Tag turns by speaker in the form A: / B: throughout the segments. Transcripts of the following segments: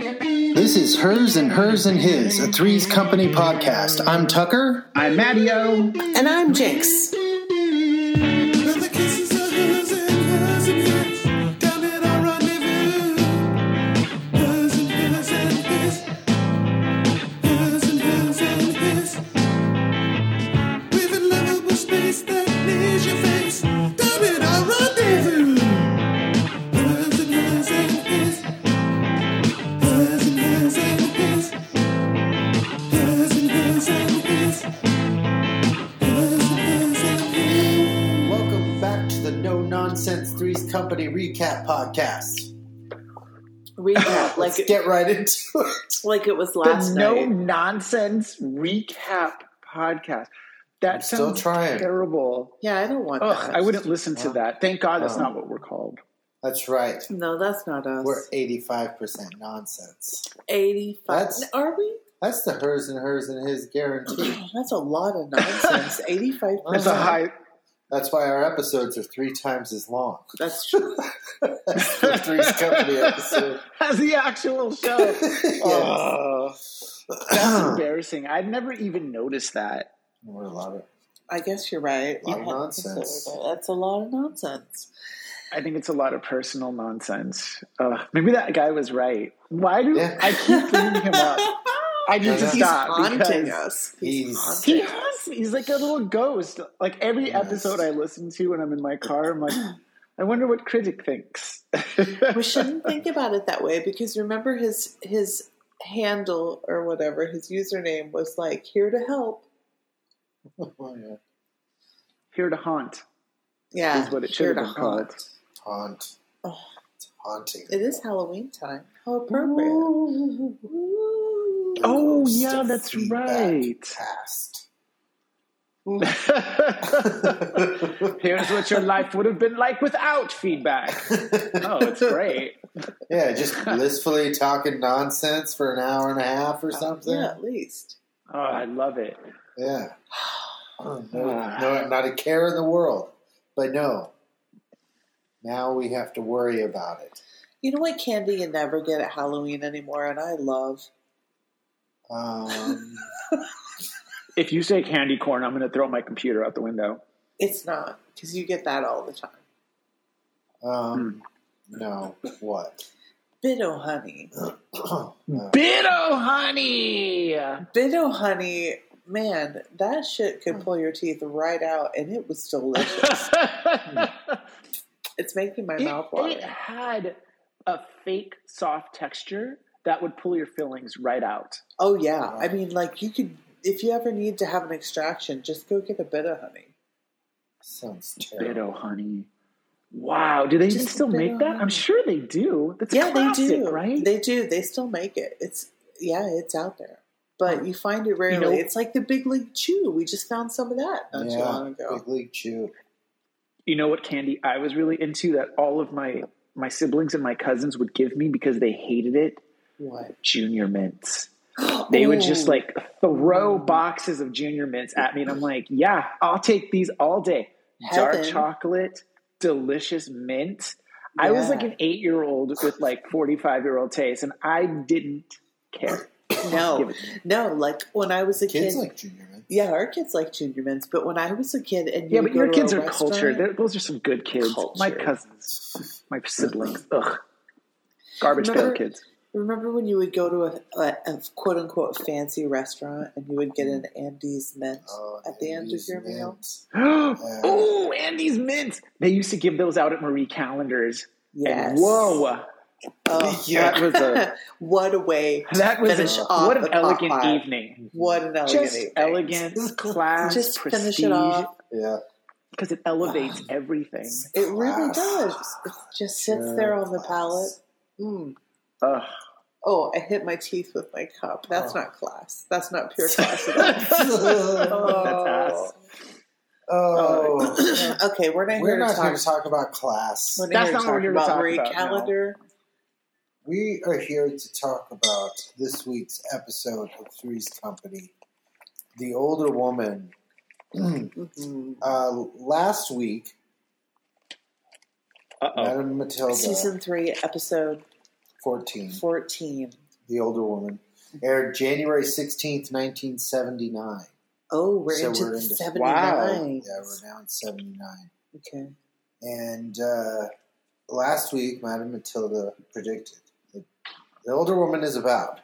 A: This is Hers and Hers and His, a Threes Company podcast. I'm Tucker.
B: I'm Mattio.
C: And I'm Jinx.
A: Welcome back to the No Nonsense Threes Company Recap Podcast.
C: Recap like
A: Let's
C: it,
A: get right into it.
C: like it was
B: The
C: last
B: No
C: night.
B: Nonsense Recap Podcast. That
A: I'm still
B: sounds
A: trying.
B: terrible.
C: Yeah, I don't want
B: Ugh,
C: that.
B: Oh, I wouldn't listen to that. Thank God that's
A: Um,
B: not what we're called.
A: That's right.
C: No, that's not us.
A: We're 85% nonsense.
C: Eighty-five.
A: That's-
C: Are we?
A: That's the Hers and Hers and His guarantee.
C: Oh, That's a lot of nonsense. Eighty-five.
B: That's a
A: Uh-huh.
B: high.
A: That's why our episodes are three times as long.
C: That's true.
A: That's the Threes Company episode.
B: As the actual show.
A: yes.
B: Oh, that's embarrassing. I'd never even noticed that.
A: We're a lot of
C: I guess you're right.
A: Lot of
C: You had
A: nonsense.
C: considered it. That's a lot of nonsense.
B: I think it's a lot of personal nonsense. Ugh, maybe that guy was right. Why do
A: Yeah.
B: I keep bringing him up? I need
A: Yeah,
B: to
A: yeah.
C: He's
B: stop
C: haunting
B: because
C: us.
A: He's-
C: haunting
B: he
C: us.
B: haunts me. He's like a little ghost. Like every
A: Yes.
B: episode I listen to when I'm in my car, I'm like, I wonder what critic thinks.
C: we shouldn't think about it that way because remember his his handle or whatever his username was like here to help
A: Oh, yeah.
B: Here to haunt.
C: yeah
B: Is what it should
C: here
B: have
C: to
B: been called.
C: haunt.
A: Haunt.
C: Oh.
A: It's haunting.
C: it is halloween time how appropriate Ooh.
B: Oh
A: Ghost
B: yeah,
A: of
B: that's
A: feedback
B: right.
A: Past.
B: Here's what your life would have been like without feedback. Oh, it's great.
A: Yeah, just blissfully talking nonsense for an hour and a half or something.
C: Uh, yeah
A: Yeah.
C: at least
B: Oh, I love it.
A: Oh, no, no, not a care in the world. But no, now we have to worry about it.
C: you know what candy you never get at halloween anymore and i love
A: Um,
B: If you say candy corn, I'm going to throw my computer out the window.
C: it's not because you get that all the time
A: um, no, what?
C: Bitto honey.
A: Uh,
B: Bitto honey.
C: Bitto honey, man, that shit could pull your teeth right out and it was delicious. It's making my
B: It-
C: mouth
B: it,
C: water.
B: had a fake soft texture that would pull your fillings right out.
C: Oh yeah, I mean, like you could if you ever need to have an extraction, just go get a bit of honey.
A: sounds terrible.
B: Bitto honey. Wow, do they even
C: Just a
B: still
C: bit
B: make
C: of
B: that?
C: honey.
B: I'm sure they do. That's
C: yeah,
B: classic,
C: they do.
B: right?
C: They do. They still make it. It's yeah, it's out there, but you find it rarely.
B: know-
C: it's like the Big League Chew. We just found some of that not too long ago.
A: Big League Chew.
B: you know what candy I was really into that all of my my siblings and my cousins would give me because they hated it?
C: What
B: Junior mints. They would just
C: Ooh.
B: like throw boxes of junior mints at me, and I'm like, yeah, I'll take these all day. Dark
C: Heaven.
B: chocolate, delicious mint. I was like
C: Yeah.
B: an eight year old with like 45 year old taste, and I didn't care. Give
C: no,
B: it to me.
C: no. Like when I was a
A: Kids
C: kid.
A: like Junior Man.
C: yeah, our kids like Junior Mints, but when I was a kid, and
B: Yeah,
C: you
B: but
C: go
B: your
C: to
B: kids
C: a
B: are
C: restaurant-
B: cultured. They're, those are some good kids. My
C: Cultured. Mm-hmm.
B: cousins, my siblings. Ugh. Garbage pail
C: Remember-
B: kids.
C: Remember when you would go to a, a, a quote unquote fancy restaurant and you would get an Andes mint
A: Oh,
C: at the end of
A: Andes
C: your meal?
A: Mint.
B: oh, and these mints. They used to give those out at Marie Callender's.
C: Yes.
B: And whoa.
C: Oh,
A: Yeah.
B: That was a
C: what a way.
B: that was
C: Finish
B: a,
C: off
B: what an
C: the
B: elegant
C: Popeye.
B: evening.
C: What an elegant
B: just
C: evening.
B: elegance, class,
C: Just
B: prestige,
C: finish it off.
A: Yeah.
B: because it elevates everything.
C: It really
A: Class.
C: does. It just sits
A: Sure.
C: there on the palate. Mm.
B: Ugh.
C: Oh, I hit my teeth with my cup. That's
A: Oh.
C: not class. That's not pure class at all.
B: That's ass.
A: Oh,
C: okay, we're not
A: we're
C: here to
A: not
C: talk.
A: here to talk about class.
C: we're not
B: That's
C: here
B: not
C: to
B: what
C: talk
B: we're here to
C: about
B: talk
C: Marie
B: about, no.
C: Calendar.
A: We are here to talk about this week's episode of Three's Company. The older woman.
C: Mhm.
A: uh, last week,
B: Uh oh.
A: Madame Matilda,
C: Season 3, episode
A: 14,
C: 14.
A: the older woman, aired January 16th, 1979.
C: Oh, we're
A: So
C: into
A: we're
C: the
A: into-
C: 79.
A: Yeah, we're now in 79.
C: Okay.
A: And uh, last week, Madame Matilda predicted that the older woman is about.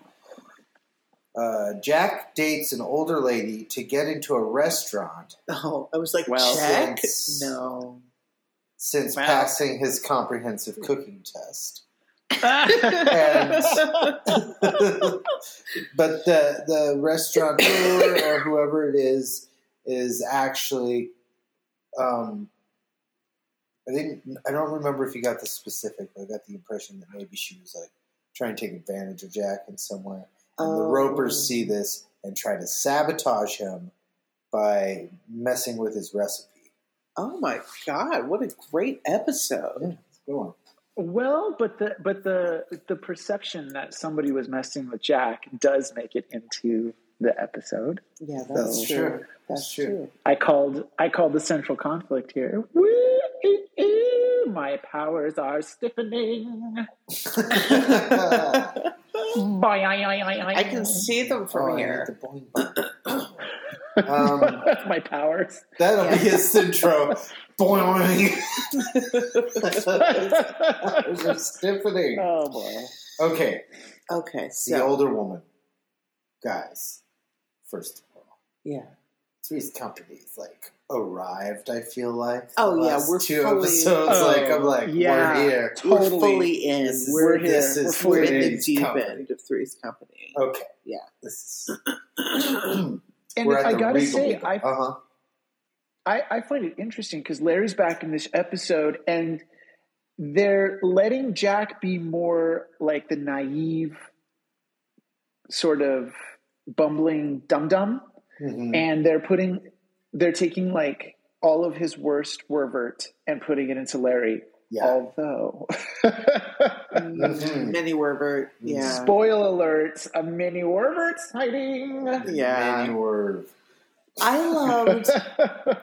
A: Uh, Jack dates an older lady to get into a restaurant
C: Oh, I was like,
B: Well,
C: check?
A: since-
C: No.
A: since
B: Wow.
A: passing his comprehensive cooking test. but the the restaurateur or whoever it is is actually um I think I don't remember if he got the specific, but I got the impression that maybe she was like trying to take advantage of Jack in some way. And the
C: Oh.
A: ropers see this and try to sabotage him by messing with his recipe.
C: Oh my God, what a great episode.
A: Go on.
B: well, but the but the the perception that somebody was messing with Jack does make it into the episode.
C: Yeah, that's,
A: That's
C: true.
A: true.
C: That's
A: That's
C: true.
A: true.
B: I called I called the central conflict here. Wee, ee, ee, my powers are stiffening. Bye, I, I, I, I.
C: I can see them from
A: Oh, I hate
C: here.
A: the boing boing. um,
B: That's my powers.
A: That'll be
C: Yeah.
A: his intro. Boing.
B: oh
A: Those are stiffening.
B: boy.
A: Okay,
C: Okay,
A: the
C: so.
A: older woman. Guys, first of all,
C: yeah.
A: three's company's like arrived, I feel like.
C: Oh,
A: The
C: yeah,
A: last
C: we're
A: two
C: fully-
A: episodes,
B: Oh,
A: like, I'm like,
B: yeah.
A: we're here.
C: We're
B: Totally.
C: fully in.
A: This is-
C: we're
A: this
C: here.
A: is
C: we're in the
A: Three's
C: deep
A: Company.
C: end of Three's Company.
A: Okay.
C: Yeah.
A: This is,
C: and
B: And
A: we're at
B: I
A: the
B: gotta
A: Regal
B: say,
A: Beagle.
B: I,
A: Uh-huh.
B: I I find it interesting because Larry's back in this episode, and they're letting Jack be more like the naive, sort of bumbling dum dum,
A: Mhm.
B: and they're putting they're taking like all of his worst Wervert and putting it into Larry.
A: Yeah.
B: Although,
A: Mhm.
C: Many Werber. Yeah.
B: spoil alert, a mini Wervert's hiding.
C: Yeah.
A: Many were-
C: I loved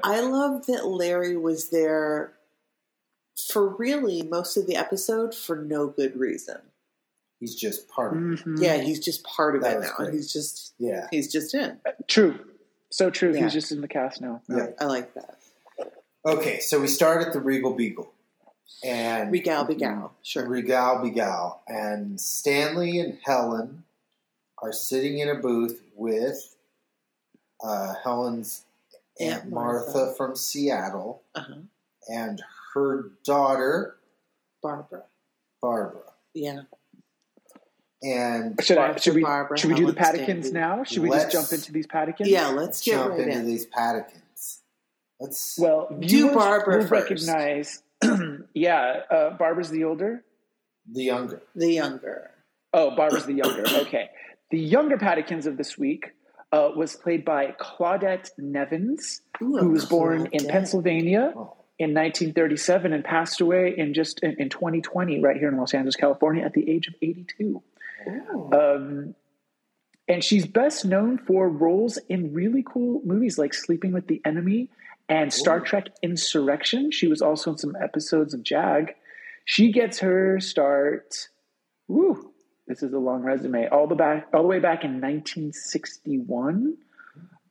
C: I loved that Larry was there for really most of the episode for no good reason.
A: He's just part of it.
B: Mhm.
C: Yeah, he's just part of
A: Mm-hmm. That
C: it
A: was
C: now.
A: great.
C: He's just
A: Yeah.
C: he's just in.
B: True. So true.
C: Yeah.
B: He's just in the cast now.
A: Yeah.
C: I like that.
A: Okay, so we start at the Regal Beagle. And
C: Regal
A: Mm-hmm.
C: Begal. Sure.
A: Regal Begal. And Stanley and Helen are sitting in a booth with uh, Helen's Aunt,
C: Aunt
A: Martha.
C: Martha.
A: from Seattle
C: Uh-huh.
A: and her daughter,
C: Barbara.
A: Barbara.
C: Yeah.
A: And
B: Should, I,
C: Barbara,
B: should we
C: Barbara,
B: should we do the
C: Helen
B: Patikins
C: Stanley.
B: now? Should we
A: Let's-
B: just jump into these Patikins?
C: Yeah, let's get
A: jump
C: right
A: into
C: in.
A: these Patikins. Let's.
B: Well, viewers
C: Barbara
B: will
C: first.
B: recognize. yeah, uh, Barbara's the older.
A: the younger.
C: The younger.
B: Oh, Barbara's the younger. Okay, the younger Patikins of this week uh, was played by Claudette Nevins,
C: Ooh,
B: who was born in
C: Claudette.
B: Pennsylvania
A: Oh,
B: in 1937 and passed away in just in, in 2020 right here in Los Angeles, California, at the age of 82.
C: Ooh.
B: Um, and she's best known for roles in really cool movies like Sleeping with the Enemy and Star
A: Ooh.
B: Trek Insurrection. She was also in some episodes of JAG. She gets her start. Woo, this is a long resume. All the back, all the way back in 1961,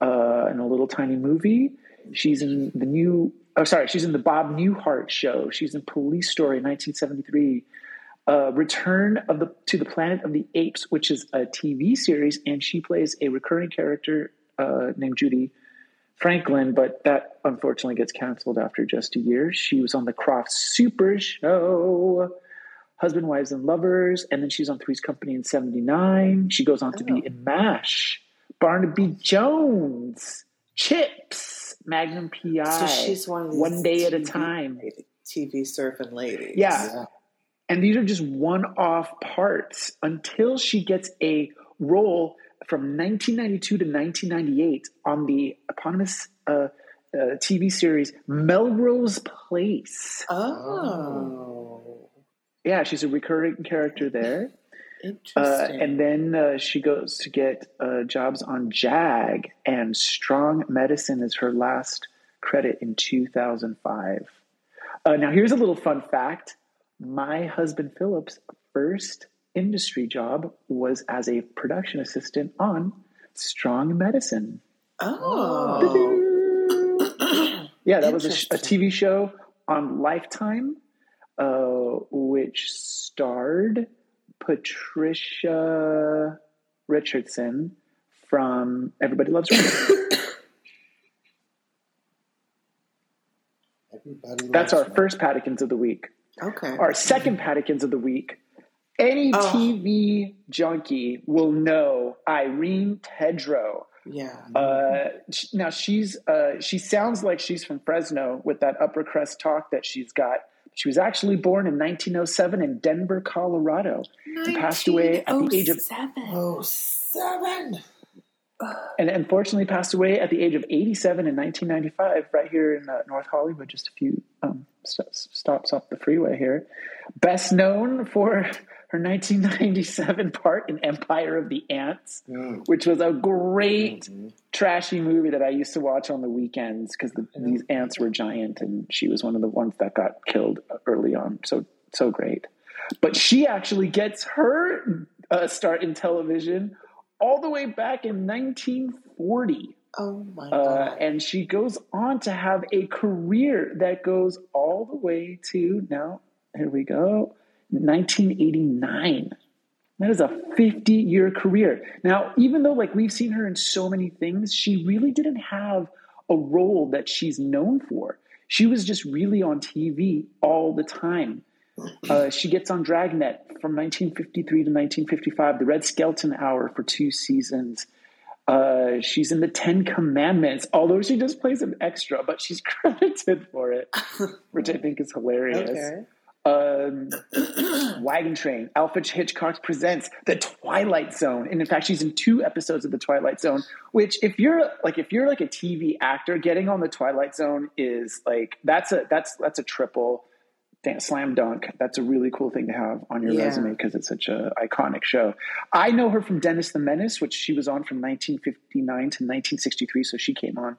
B: uh, in a little tiny movie. She's in the new. Oh, sorry, she's in the Bob Newhart show. She's in Police Story, 1973 uh, Return of the to the Planet of the Apes, which is a TV series, and she plays a recurring character uh, named Judy Franklin. But that unfortunately gets canceled after just a year. She was on the Croft Super Show, Husband, Wives, and Lovers, and then she's on Three's Company in '79. She goes on to
C: Oh.
B: be in Mash, Barnaby Jones, Chips, Magnum PI.
C: So she's one of these
B: one day at a
C: TV
B: time.
C: TV surfing ladies.
B: Yeah.
A: yeah.
B: And these are just one off parts until she gets a role from 1992 to 1998 on the eponymous uh, uh, TV series Melrose Place.
C: Oh.
B: Yeah, she's a recurring character there. Uh,
C: Interesting.
B: and then uh, she goes to get uh, jobs on JAG, and Strong Medicine is her last credit in 2005. Uh, now, here's a little fun fact my husband Philip's first industry job was as a production assistant on Strong Medicine.
C: Oh.
B: Yeah, that was a, sh- a
C: Interesting.
B: TV show on Lifetime, uh, which starred Patricia Richardson from Everybody Loves Raymond.
A: Everybody
B: That's our
A: loves
B: first Paddykins of the week.
C: Okay.
B: Our second Paddykins of the week. Any
C: Oh.
B: TV junkie will know Irene Tedrow.
C: Yeah.
B: Uh, sh- now she's uh, she sounds like she's from Fresno with that upper crust talk that she's got. She was actually born in 1907 in Denver, Colorado, and passed away at the age of
C: 1907.
A: Oh, seven.
B: and unfortunately passed away at the age of 87 in 1995, right here in uh, North Hollywood, just a few um, st- stops off the freeway here. Best known for her 1997 part in Empire of the Ants,
A: Mm.
B: which was a great trashy movie that I used to watch on the weekends because the, these ants were giant, and she was one of the ones that got killed early on. So so great, but she actually gets her uh, start in television all the way back in 1940.
C: Oh my
B: Uh,
C: god.
B: and she goes on to have a career that goes all the way to now, here we go, 1989. That is a 50 year career. Now, even though like we've seen her in so many things, she really didn't have a role that she's known for. She was just really on TV all the time. Uh, she gets on Dragnet from 1953 to 1955, The Red Skeleton Hour for two seasons. Uh, she's in the Ten Commandments, although she just plays an extra, but she's credited for it, which I think is hilarious.
C: Okay.
B: Um, Wagon Train, Alfred Hitchcock presents The Twilight Zone, and in fact, she's in two episodes of The Twilight Zone. Which, if you're like, if you're like a TV actor, getting on The Twilight Zone is like that's a that's that's a triple. Damn, slam dunk. That's a really cool thing to have on your
C: Yeah.
B: resume because it's such a iconic show. I know her from Dennis the Menace, which she was on from 1959 to 1963, so she came on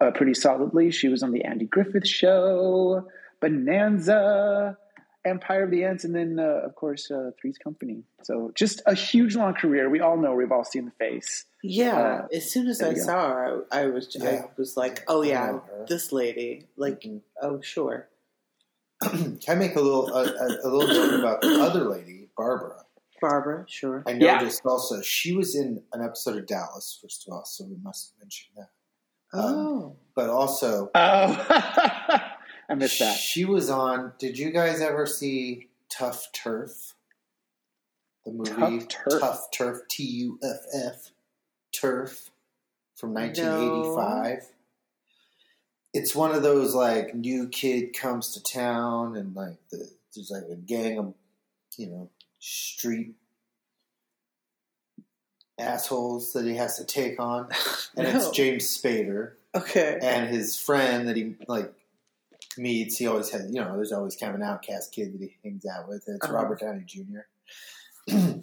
B: uh, pretty solidly. She was on the Andy Griffith Show, Bonanza, Empire of the Ants, and then uh, of course uh, Three's Company. So just a huge long career. We all know we've all seen the face.
C: Yeah.
B: uh,
C: as soon as
B: there
C: I
B: you go.
C: saw her, I, I was
A: Yeah.
C: I was like, oh
A: I
C: yeah,
A: know her.
C: this lady. Like,
A: Mhm.
C: oh sure.
A: Can I make a little a, a, a little joke about the other lady, Barbara?
C: Barbara, sure.
A: I
B: Yeah.
A: noticed also she was in an episode of Dallas, first of all, so we must mention that. Um,
C: Oh.
A: But also,
B: Oh, I missed that.
A: she was on. Did you guys ever see Tough Turf? The movie
B: Tough Turf?
A: Tough Turf, T U F F, Turf, from 1985. It's one of those like new kid comes to town and like the, there's like a gang of you know street assholes that he has to take on, and it's
C: No.
A: James Spader
C: Okay.
A: and his friend that he like meets. He always has, you know, there's always kind of an outcast kid that he hangs out with, and it's
C: Uh-huh.
A: Robert Downey Jr.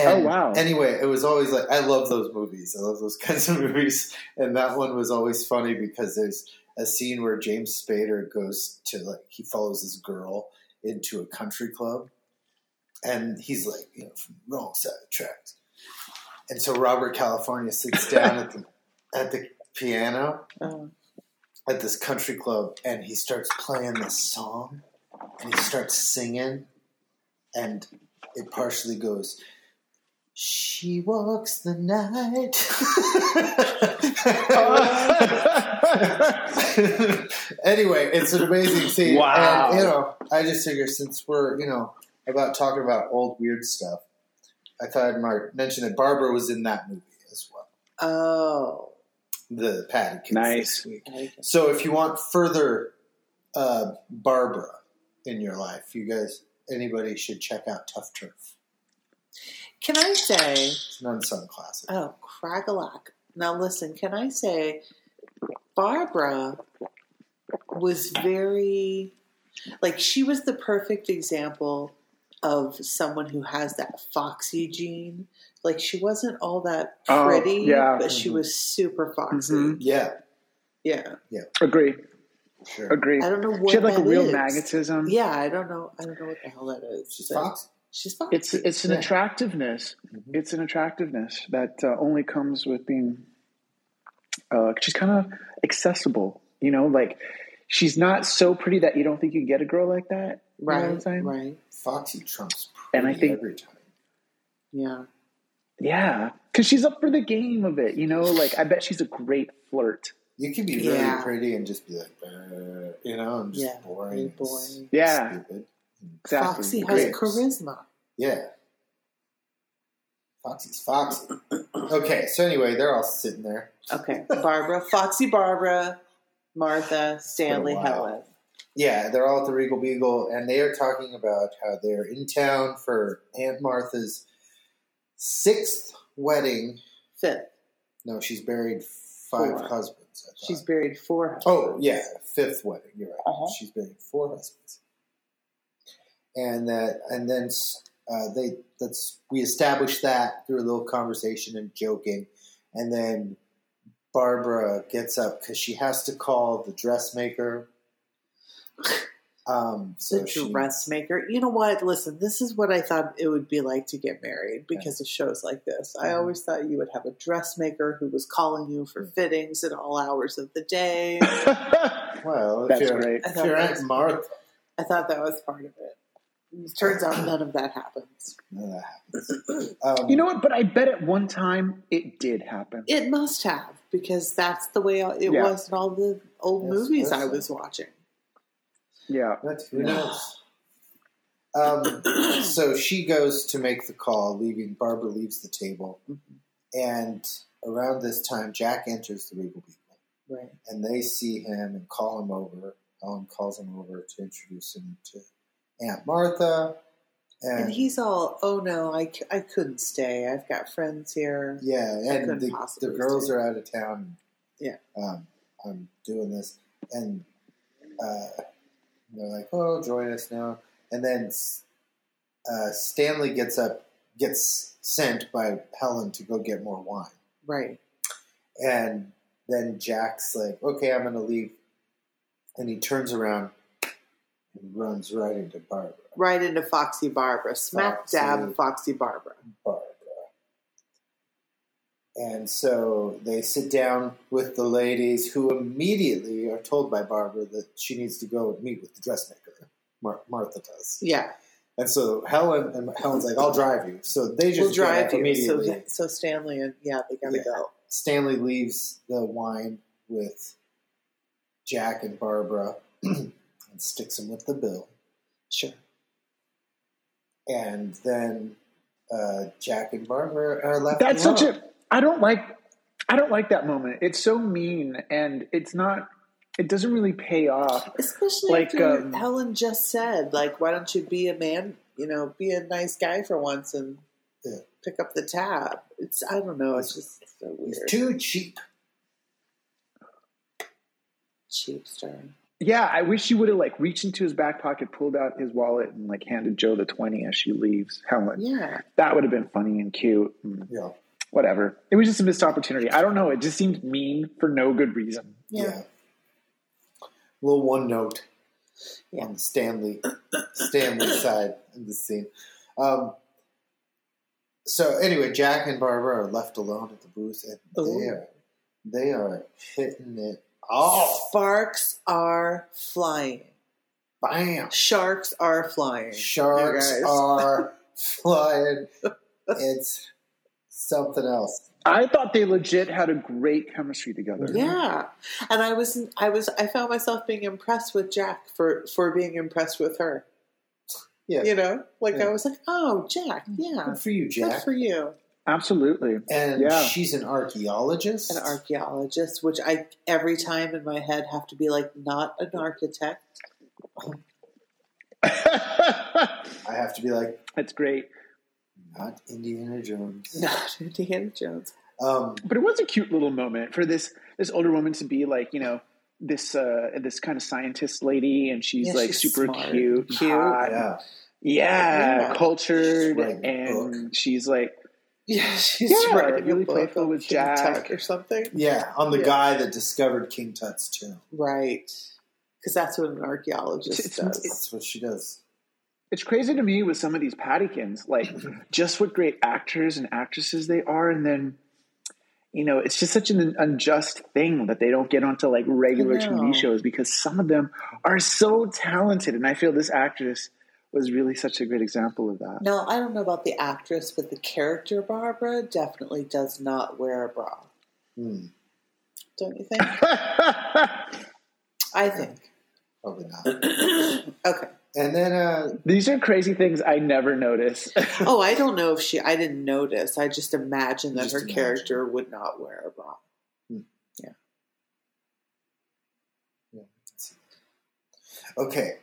A: And
B: Oh, wow.
A: Anyway, it was always like I love those movies. I love those kinds of movies, and that one was always funny because there's a scene where James Spader goes to like he follows this girl into a country club, and he's like, you know, from the wrong side of the tracks. And so Robert California sits down at the at the piano,
C: Oh.
A: at this country club and he starts playing this song and he starts singing and it partially goes she walks the night anyway it's an amazing scene
B: Wow.
A: and you know i just figure since we're you know about talking about old weird stuff i thought i'd mar- mention that barbara was in that movie as well
C: Oh.
A: the patty Cakes
B: Nice.
A: this week
C: I-
A: so if you want further uh, Barbara in your life, you guys, anybody should check out Tough Turf.
C: Can I say
A: It's an unsung classic.
C: Oh, crackalack. Now listen, can I say Barbara was very like she was the perfect example of someone who has that foxy gene. Like she wasn't all that
B: Oh,
C: pretty,
B: yeah.
C: but she was super foxy.
B: Mhm.
A: Yeah,
C: Yeah.
B: Agree.
A: sure.
B: Agree.
A: Uh,
C: I don't know what
B: she had like a
C: that
B: real
C: is.
B: magnetism.
C: Yeah, I don't know I don't know what the hell that is.
A: She's
C: but-
A: Fox.
C: She's fine.
B: It's it's an
A: Yeah.
B: attractiveness.
C: Mm-hmm.
B: It's an attractiveness that uh, only comes with being. Uh, she's kind of accessible, you know. Like she's not so pretty that you don't think you can get a girl like that. you know what I'm
C: right,
B: saying?
C: right.
A: Foxy Trump's pretty
B: And I think-
A: every time.
C: Yeah.
B: Yeah, because she's up for the game of it, you know. Like I bet she's a great flirt.
A: You can be really
C: Yeah.
A: pretty and just be like, uh, you know, and just
C: Yeah,
A: boring.
C: Pretty
A: and
C: boring.
B: Yeah,
A: Stupid.
B: exactly.
C: Foxy has
B: Great.
A: Great.
C: charisma.
A: Yeah. Foxy's Foxy. Okay, so anyway, they're all sitting there.
C: Okay. Barbara, Foxy Barbara, Martha, Stanley,
A: while.
C: Helen.
A: Yeah, they're all at the Regal Beagle, and they are talking about how they're in town for Aunt Martha's sixth wedding.
C: Fifth.
A: No, she's buried five
C: Four.
A: husbands. I thought.
C: She's buried four. husbands.
A: Oh yeah, fifth wedding. You're right.
C: Uh-huh.
A: She's buried four husbands, and that, and then uh, they that's we established that through a little conversation and joking, and then Barbara gets up because she has to call the dressmaker. Um, so
C: the
A: she,
C: dressmaker. You know what? Listen, this is what I thought it would be like to get married because of shows like this.
A: Mm-hmm.
C: I always thought you would have a dressmaker who was calling you for fittings at all hours of the day.
A: well, if
B: That's
A: you're,
B: great.
A: if you're Aunt Martha,
C: I thought that was part of it. Turns out none of that happens.
A: no, uh, that happens. Um,
B: You know what? But I bet at one time it did happen.
C: It must have because that's the way it
B: Yeah.
C: was in all the old
A: Yes,
C: movies I
A: listen.
C: was watching.
B: Yeah.
A: But who knows? Um, so she goes to make the call, leaving Barbara leaves the table, and around this time, Jack enters the Regal Beagle,
C: Right.
A: and they see him and call him over. Ellen calls him over to introduce him to Aunt Martha, and,
C: And he's all, oh no, I, c- I couldn't stay. I've got friends here.
A: yeah,
C: couldn't
A: and the, the
C: possibly
A: girls
C: stay.
A: are out of town.
C: Yeah.
A: um, I'm doing this, and uh, they're like, "Oh, join us now." And then uh, Stanley gets up, gets sent by Helen to go get more wine,
C: Right.
A: and then Jack's like, "Okay, I'm going to leave," and he turns around and runs right into Barbara.
C: Right into Foxy Barbara. Smack
A: Foxy.
C: dab Foxy Barbara.
A: Barbara. uh, And so they sit down with the ladies, who immediately are told by Barbara that she needs to go and meet with the dressmaker. Mar- Martha does,
C: Yeah.
A: and so Helen and Helen's like, "I'll drive you." So they just
C: we'll drive
A: up
C: you.
A: immediately.
C: So, so Stanley and yeah, they gotta
A: Yeah.
C: go.
A: Stanley leaves the wine with Jack and Barbara, and sticks him with the bill.
C: Sure.
A: And then uh, Jack and Barbara are left.
B: That's such
A: alone.
B: a. I don't like. I don't like that moment. It's so mean, and it's not. It doesn't really pay off.
C: Especially
B: Like,
C: after
B: um,
C: Helen just said, like, why don't you be a man? You know, be a nice guy for once and
A: Yeah.
C: pick up the tab. It's I don't know. It's just so
A: He's
C: weird.
A: too cheap.
C: Cheapster.
B: Yeah, I wish she would have like reached into his back pocket, pulled out his wallet, and like handed Joe the twenty as she leaves Helen.
C: Yeah.
B: That would have been funny and cute. and
A: Yeah.
B: Whatever. It was just a missed opportunity. I don't know. It just seemed mean for no good reason.
A: Yeah.
C: Yeah.
A: Little one note
C: Yeah.
A: on Stanley Stanley's side of the scene. Um, so anyway, Jack and Barbara are left alone at the booth, and they
C: Ooh.
A: are they are hitting it off.
C: Sparks are flying.
A: Bam!
C: Sharks are flying.
A: Sharks
C: You guys.
A: are flying. It's something else.
B: I thought they legit had a great chemistry together.
C: Yeah, and I was, I was, I found myself being impressed with Jack for for being impressed with her.
A: Yeah.
C: you know, like
A: Yeah.
C: I was like, oh, Jack, yeah,
A: Mm. Good for you,
C: good
A: Jack.
C: for you,
B: Absolutely.
A: And
B: Yeah.
A: she's an archaeologist.
C: an archaeologist. Which I every time in my head have to be like, not an architect.
A: I have to be like,
B: That's great.
A: not Indiana Jones.
C: Not Indiana Jones.
A: Um,
B: But it was a cute little moment for this this older woman to be like, you know, this uh this kind of scientist lady and she's
C: Yeah,
B: like
C: she's
B: super
C: smart,
B: cute,
C: cute.
B: hot, yeah,
A: yeah.
C: Yeah.
B: cultured
A: Right,
B: and
A: book.
B: she's like
C: Yeah, she's
B: Yeah,
C: writing
B: really
C: a book
B: playful
C: on
B: with
C: King Tut
B: Jack.
C: or something,
A: Yeah, on the
C: Yeah.
A: guy that discovered King Tut's tomb.
C: right? Because that's what an archaeologist
B: It's-
C: does.
A: That's what she does.
B: it's crazy to me with some of these pattykins, like just what great actors and actresses they are, and then you know it's just such an unjust thing that they don't get onto like regular
C: I know.
B: TV shows because some of them are so talented, and I feel this actress was really such a great example of that.
C: Now, I don't know about the actress, but the character Barbara definitely does not wear a bra.
A: Hmm,
C: Don't you think? I think.
A: probably not.
C: okay.
A: And then uh,
B: These are crazy things I never notice.
C: Oh, I don't know if she. I didn't notice. I just imagine that
A: Just
C: her
A: imagine.
C: character would not wear a bra.
A: okay,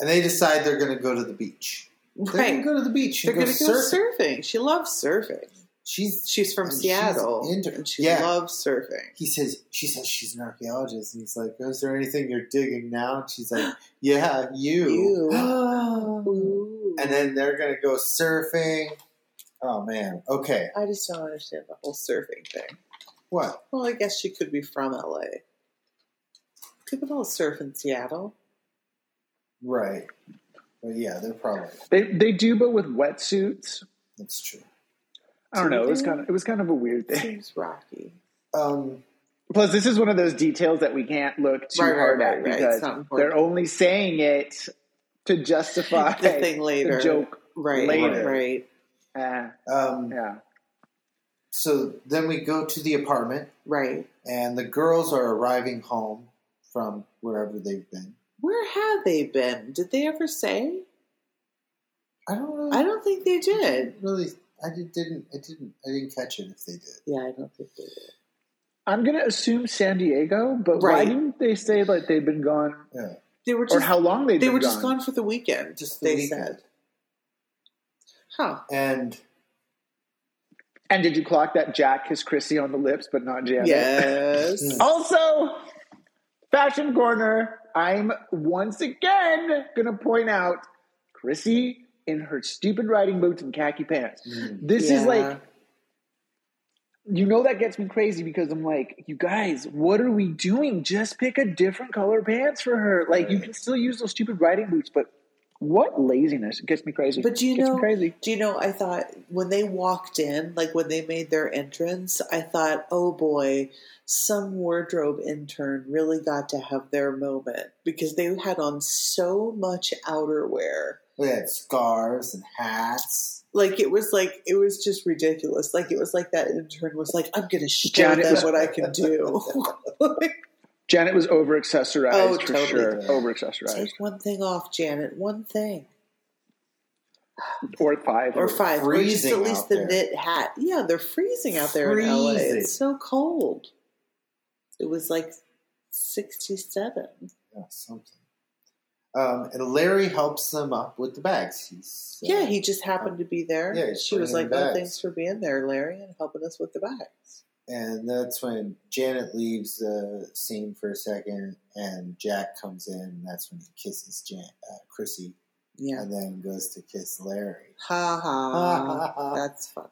A: and they decide they're going to go to the beach. They're going
C: Right.
A: to go to the beach.
C: They're
A: and
C: going
A: go
C: to go
A: surfing.
C: surfing. She loves surfing.
A: She's
C: She's from
A: And she's
C: Seattle,
A: into-
C: and she
A: yeah.
C: loves surfing.
A: he says she says she's an archaeologist and he's like is there anything you're digging now and she's like yeah you,
C: Ooh.
A: and then they're gonna go surfing oh man okay
C: I just don't understand the whole surfing thing.
A: what
C: Well, I guess she could be from LA. People don't surf in Seattle.
A: right but yeah they're probably
B: they they do, but with wetsuits.
A: that's true
B: I don't know. It was kind of it was kind of a weird thing.
C: Seems rocky.
A: um
B: Plus, this is one of those details that we can't look too
C: Right, right,
B: hard
C: right,
B: at
C: right. It's
B: because
C: not important.
B: they're only saying it to justify
C: The thing later.
B: the joke.
C: Right,
B: Later.
C: right.
B: Uh,
A: um
B: yeah,
A: so then we go to the apartment
C: Right.
A: and the girls are arriving home from wherever they've been
C: Where have they been? Did they ever say?
A: i don't really
C: I don't think they did.
A: really i did, didn't i didn't i didn't catch it if they did
C: Yeah, I don't think they did.
B: I'm gonna assume San Diego, but why
C: Right.
B: didn't they say like they've been gone
A: yeah
C: They were
B: or
C: just
B: how long they've
C: they
B: been
C: were
B: gone?
C: just gone for the weekend.
A: just the
C: they
A: weekend.
C: said, huh?
A: and
B: And did you clock that Jack kissed Chrissy on the lips, but not Janet?
C: yes.
B: Also, Fashion Corner, I'm once again going to point out Chrissy in her stupid riding boots and khaki pants. This is
C: Mm. Yeah.
B: like, you know, that gets me crazy because I'm like, you guys, what are we doing? Just pick a different color pants for her. Like, you can still use those stupid riding boots, but what laziness? It gets me crazy.
C: But do you
B: gets
C: know?
B: me crazy.
C: Do you know? I thought when they walked in, like when they made their entrance, I thought, oh boy, some wardrobe intern really got to have their moment because they had on so much outerwear.
A: They had scarves and hats.
C: Like it was like it was just ridiculous. Like it was like that intern was like, I'm gonna show
B: Janet
C: them
B: was-
C: what I can do.
B: Janet was over accessorized
C: Oh,
B: for
C: totally.
B: sure.
A: Yeah.
B: Over accessorized.
C: Take one thing off, Janet. One thing.
B: Or five.
C: Or five. Or just
A: freezing
C: at least
A: out
C: the
A: there.
C: knit hat. Yeah, they're freezing out there in LA.
A: Freezing.
C: It's so cold. It was like sixty seven.
A: Yeah, something. Um, and Larry helps them up with the bags. He's, uh,
C: Yeah, he just happened to be there.
A: Yeah, he's
C: she was like,
A: bringing
C: Oh,
A: bags.
C: thanks for being there, Larry, and helping us with the bags.
A: and that's when Janet leaves the scene for a second, and Jack comes in. And that's when he kisses Jan- uh, Chrissy,
C: Yeah.
A: and then goes to kiss Larry.
C: Ha ha. That's fun.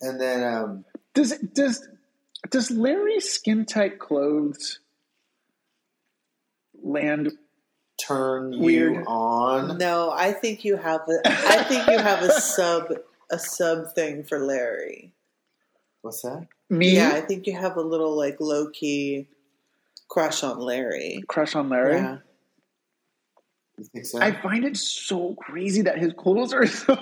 A: and then um,
B: Does does does Larry's skin tight clothes land?
A: turn you
B: Weird.
A: on.
C: No, I think you have a. I think you have a sub a sub thing for Larry.
A: What's that?
B: Me
C: Yeah, I think you have a little like low key crush on Larry.
B: crush on Larry.
C: Yeah.
A: You think so?
B: I find it so crazy that his clothes are so.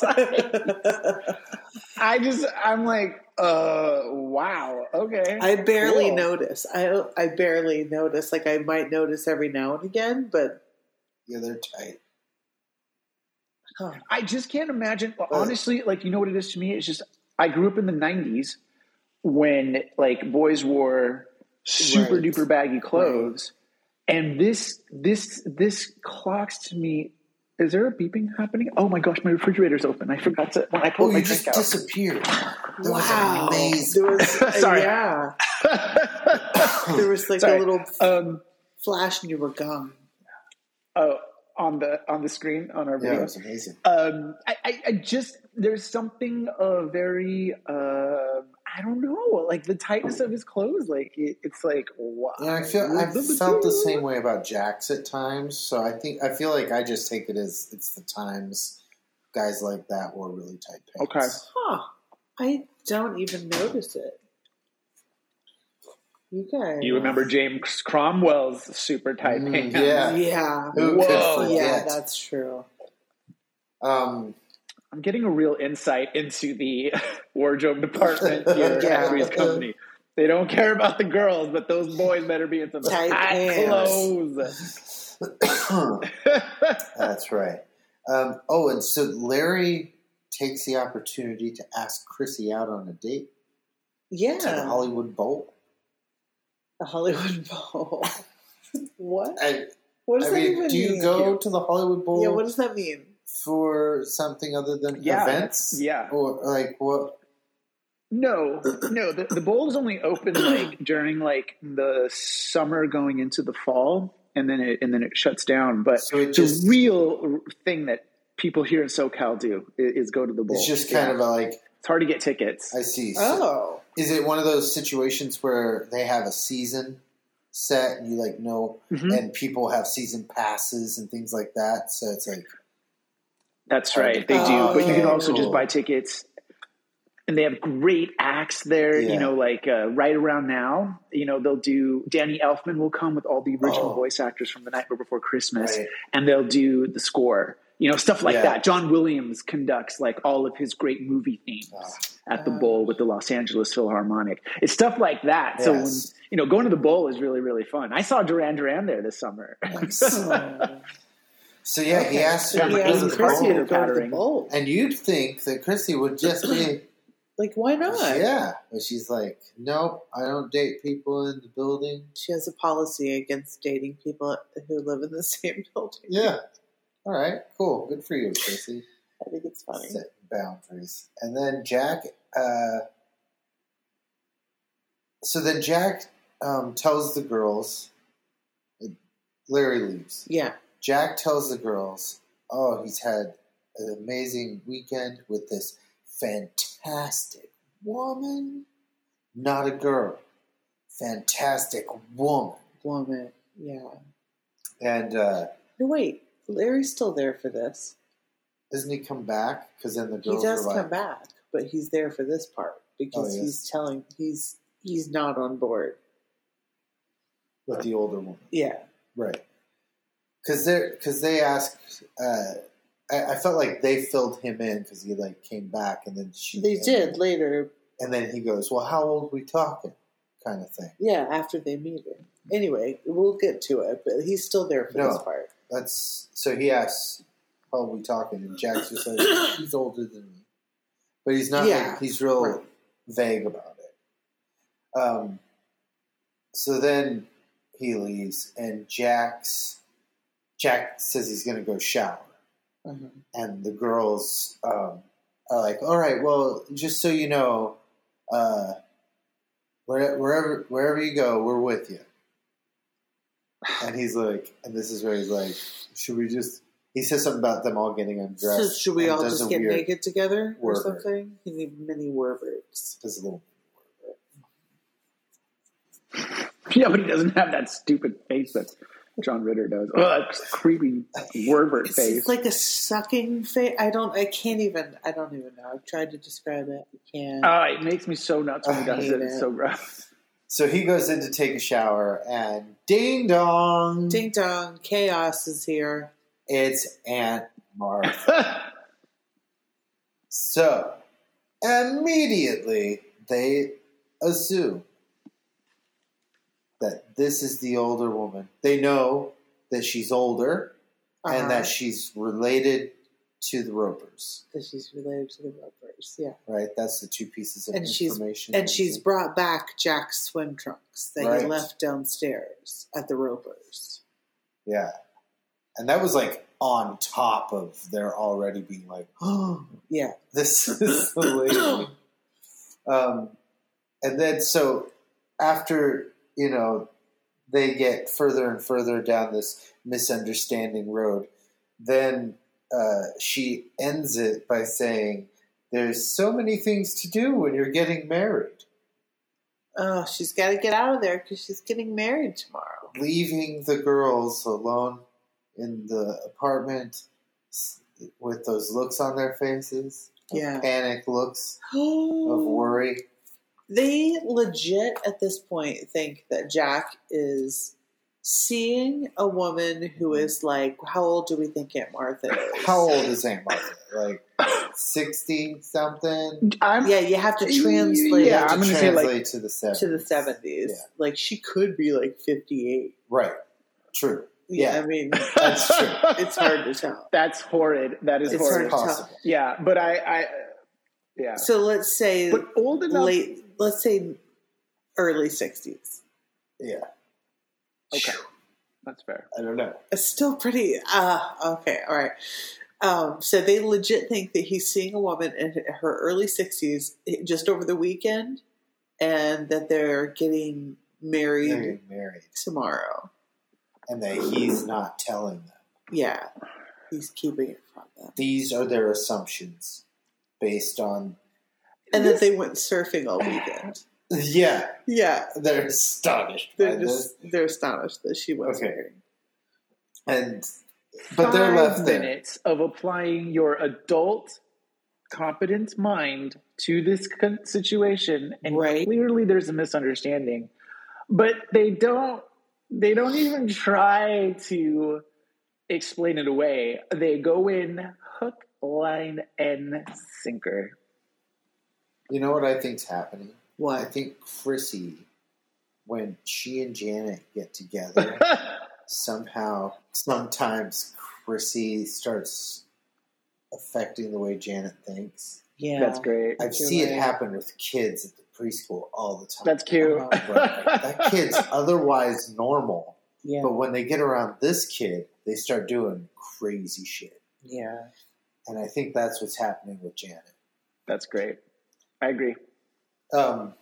B: tight. I just I'm like, uh, wow, okay.
C: I barely
B: Cool.
C: notice. I I barely notice. Like I might notice every now and again, but
A: yeah, they're tight.
C: huh.
B: I just can't imagine. Honestly, like you know what it is to me. It's just I grew up in the '90s when like boys wore super
A: Right.
B: duper baggy clothes, and this this this clocks to me. Is there a beeping happening? Oh my gosh, my refrigerator's open. I forgot to when I
A: Oh,
B: pulled my
A: you just
B: drink out.
A: disappeared. That
C: wow,
A: was amazing.
C: there was uh,
B: Sorry.
C: yeah, there was like
B: Sorry.
C: a little
B: um,
C: flash, and you were gone.
B: oh, on the on the screen on our
A: Yeah, it
B: video.
A: was amazing.
B: um, I, I, I just there's something uh, very um I I don't know, like the tightness of his clothes, like it, it's like wow.
A: Yeah, I feel I felt the same way about Jax at times. So I think I feel like I just take it as it's the times guys like that wore really tight pants.
C: Huh. I don't even notice it. You guys.
B: You remember James Cromwell's super tight
A: Mm,
B: pants?
C: Yeah.
A: yeah. Who could
B: Whoa.
C: Yeah,
A: forget?
C: that's true.
A: Um,
B: I'm getting a real insight into the wardrobe department here
C: Yeah.
B: at Three's Company. They don't care about the girls, but those boys better be in some
C: Tight
B: tight,
C: pants.
B: clothes.
A: that's right. Um, oh, and so Larry takes the opportunity to ask Chrissy out on a date
C: Yeah.
A: to the Hollywood Bowl.
C: The Hollywood Bowl. what?
A: I,
C: What does
A: I
C: that
A: mean,
C: even
A: do
C: mean?
A: you go to the Hollywood Bowl
C: Yeah, what does that mean?
A: for something other than
B: Yeah,
A: events?
B: yeah.
A: or like what?
B: no, no, the, the bowl is only open like during like the summer going into the fall, and then it and then it shuts down. But
A: So it
B: the
A: just-
B: real thing that people here in SoCal do i- is, go to the bowl.
A: It's just kind
B: Yeah.
A: of a, like
B: it's hard to get tickets.
A: I see. So
C: Oh.
A: Is it one of those situations where they have a season set and you like know,
C: Mm-hmm.
B: Mhm.
A: and people have season passes and things like that? So it's like,
B: That's right, they
C: Oh,
B: do. But you can
C: okay.
B: also just
A: Cool.
B: buy tickets, and they have great acts there.
A: Yeah.
B: You know, like uh, right around now, you know they'll do. Danny Elfman will come with all the original
A: Oh.
B: voice actors from the Nightmare Before Christmas,
A: Right.
B: and they'll do the score. You know, stuff like
A: Yeah.
B: that. John Williams conducts like all of his great movie themes
A: Ah.
B: at the bowl with the Los Angeles Philharmonic. It's stuff like that. So when
A: Yes.
B: you know, going to the bowl is really really fun. I saw Duran Duran there this summer.
C: Oh.
A: so yeah, he asked her
B: Yeah,
A: to go
B: my cousin
C: Yeah,
A: to the
B: Chrissy
A: bowl.
B: is-
C: go to the
B: pattering.
C: bowl.
A: And you'd think that Chrissy would just be,
C: Like, why not?
A: yeah. But she's like, nope, I don't date people in the building.
C: She has a policy against dating people who live in the same building.
A: Yeah. All right, cool. Good for you, Chrissy.
C: I think it's funny.
A: Set boundaries. And then Jack. Uh, so then Jack um, tells the girls. Larry leaves.
C: Yeah.
A: Jack tells the girls, "Oh, he's had an amazing weekend with this fantastic woman. Not a girl, fantastic woman."
C: Woman. Yeah.
A: And uh,
C: No, wait. Larry's still there for this.
A: doesn't he come back? Because then the
C: He
A: girls
C: does
A: are like,
C: come back, but he's there for this part because
A: Oh, he
C: he's telling he's he's not on board.
A: with the older woman.
C: Yeah.
A: Right. Because they because they asked. Uh, I, I felt like they filled him in because he like came back and then she
C: They
A: and,
C: did later.
A: and then he goes, "Well, how old we talking?" kind of thing.
C: Yeah, after they meet her. Anyway, we'll get to it, but he's still there for
A: No.
C: this part.
A: That's so he asks, "How old we talking?" And Jack's just like, "He's older than me," but he's not.
C: Yeah.
A: Like, he's real
C: Right.
A: vague about it. Um. So then he leaves, and Jack's Jack says he's going to go shower.
C: Uh-huh.
A: and the girls um, are like, "All right, well, just so you know, uh, where, wherever wherever you go, we're with you." And he's like, and this is where he's like, "Should we just?" He says something about them all getting undressed.
C: So should we
A: and
C: all
A: does
C: just
A: a
C: get
A: weird-
C: naked together or
A: Werber.
C: something? You need mini Werberts.
A: Does a little
B: Yeah, but he doesn't have that stupid face that John Ritter does. Oh, that creepy Werbert
C: It's
B: face.
C: just like a sucking face. I don't. I can't even. I don't even know. I've tried to describe it. I can't.
B: Oh, it makes me so nuts when he does
C: hate
B: it. It's
C: it.
B: so gross.
A: So he goes in to take a shower, and ding dong,
C: Ding dong, chaos is here.
A: it's Aunt Martha. So immediately they assume that this is the older woman. They know that she's older
C: Uh-huh.
A: and that she's related to the Ropers.
C: that she's related to the Ropers. Yeah,
A: Right? That's the two pieces of
C: And she's-
A: information.
C: and she's brought back Jack's swim trunks that he
A: Right.
C: left downstairs at the Ropers.
A: yeah, and that was like on top of their already being like, oh,
C: Yeah,
A: This is the lady. Um, and then so after you know they get further and further down this misunderstanding road, then uh, she ends it by saying, "There's so many things to do when you're getting married."
C: Oh, she's got to get out of there because she's getting married tomorrow.
A: leaving the girls alone in the apartment s- with those looks on their faces,
C: Yeah.
A: panic looks of
C: Oh,
A: worry.
C: they legit at this point think that Jack is seeing a woman who is like, how old do we think Aunt Martha is?
A: How old is Aunt Martha? Like sixty something.
B: I'm,
C: Yeah, you have to translate
B: Yeah,
A: To
B: I'm gonna say, like,
A: translate to the seven.
C: to the seventies.
A: Yeah.
C: Like she could be like fifty-eight.
A: Right. True.
C: Yeah,
A: Yeah.
C: I mean,
A: That's true.
C: it's hard to tell.
B: That's horrid. That is
A: It's
B: horrid.
C: hard. to
A: possible.
B: Yeah, but I, I, yeah.
C: So let's say
B: But um, old enough.
C: late. Let's say early sixties.
A: Yeah.
B: Okay, that's fair.
A: I don't know.
C: It's still pretty. Uh, okay, all right. Um, so they legit think that he's seeing a woman in her early sixties eh, just over the weekend, and that they're getting married
A: They're getting married,
C: tomorrow.
A: and that he's not telling them.
C: Yeah, he's keeping it from them,
A: These are their assumptions based on.
C: and that they went surfing all weekend.
A: Yeah,
C: Yeah,
A: they're astonished by
C: they're
A: this.
C: just they're astonished that she was
A: Okay.
C: married.
A: and but they're left
B: Five
A: there.
B: minutes of applying your adult, competent mind to this con- situation, and
C: Right.
B: clearly there's a misunderstanding. But they don't. They don't even try to explain it away. They go in hook, line, and sinker.
A: You know what I think's happening? I
C: What?
A: think Chrissy, when she and Janet get together, somehow, sometimes Chrissy starts affecting the way Janet thinks.
C: Yeah,
B: That's great.
A: I
C: You're
A: see it
C: right.
A: happen with kids at the preschool all the time.
B: That's cute.
C: Oh,
A: Right? Like, that kid's otherwise normal,
C: Yeah,
A: but when they get around this kid, they start doing crazy shit.
C: yeah.
A: um, And I think that's what's happening with Janet.
B: That's great. I agree.
A: Um,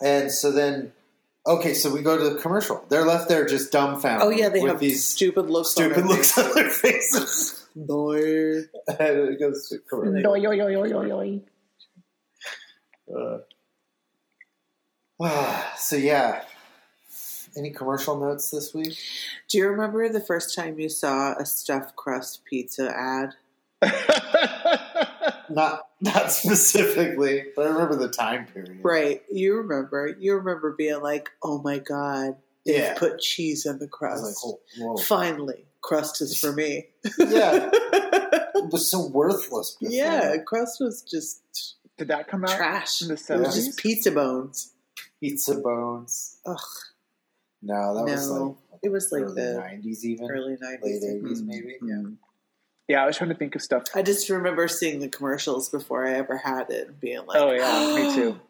A: and so then, okay, so we go to the commercial. They're left there just dumbfounded.
C: Oh yeah, they
A: with
C: have these
A: these
C: stupid looks.
A: stupid
C: on
A: looks on their faces.
C: Boy.
A: and it goes to commercial.
B: Oi, oi, oi, oi, oi, oi.
A: Uh, so yeah, any commercial notes this week?
C: Do you remember the first time you saw a stuffed crust pizza ad?
A: Not not specifically, but I remember the time period.
C: Right, you remember. You remember being like, "Oh my god, they've
A: Yeah.
C: put cheese on the
A: I
C: crust.
A: was like, oh, whoa.
C: Finally, crust is for me."
A: yeah, it was so worthless. Before.
C: yeah, crust was just
B: Did that come out
C: trash.
B: in the
C: It was
B: 70s?
C: just pizza bones.
A: pizza bones.
C: Ugh.
A: No, that was
C: No,
A: like
C: it was like
A: early
C: the
A: nineties, even
C: early
A: late
C: nineties. Mm-hmm.
A: eighties,
B: Mm,
A: maybe.
B: mm. Yeah, I was trying to think of stuff.
C: I just remember seeing the commercials before I ever had it and being like,
B: Oh yeah, me too.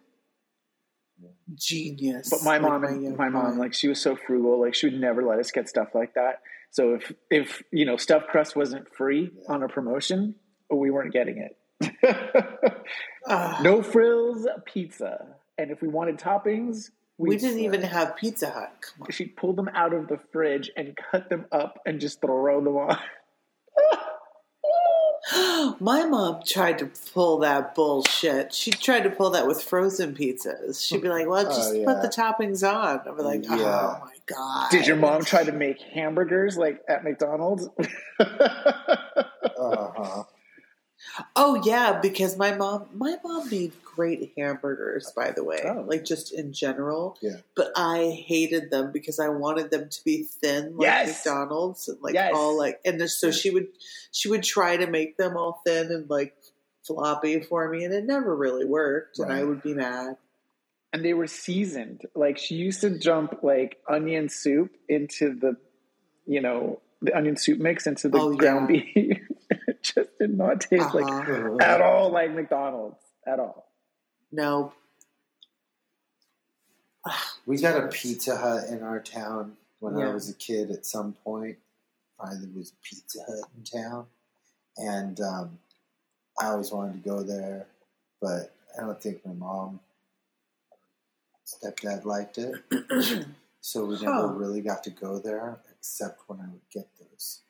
C: Genius.
B: But my
C: Like,
B: mom and
C: young
B: my mom,
C: mind.
B: like she was so frugal, like she would never let us get stuff like that. So if if you know stuffed crust wasn't free on a promotion, we weren't getting it.
C: Ah,
B: no frills pizza, and if we wanted toppings, we,
C: we didn't even have Pizza Hut. Come on.
B: She pulled them out of the fridge and cut them up and just throw them on.
C: My mom tried to pull that bullshit. She tried to pull that with frozen pizzas. She'd be like,
B: Oh,
C: "Well, just
A: yeah.
C: put the toppings on." I'd be like,
A: Yeah.
C: "Oh my god!"
B: Did your mom try to make hamburgers like at McDonald's?
C: Mm-hmm.
A: Uh-huh.
C: Oh yeah, because my mom, my mom made great hamburgers. By the way,
B: Oh.
C: like just in general.
A: Yeah.
C: But I hated them because I wanted them to be thin, like
B: Yes!
C: McDonald's, and like
B: Yes.
C: all like. And so she would, she would try to make them all thin and like floppy for me, and it never really worked. And I
A: Right.
C: would be mad.
B: and they were seasoned. Like she used to dump like onion soup into the, you know, the onion soup mix into the
C: Oh, yeah.
B: ground beef. it just did not taste like
C: Uh-huh.
B: at all like McDonald's at all.
C: No,
A: We got a Pizza Hut in our town when I
C: Yeah.
A: was a kid. At some point, finally, there was a Pizza Hut in town, and um, I always wanted to go there, but I don't think my mom, stepdad liked it, so we never
C: Huh.
A: really got to go there except when I would get those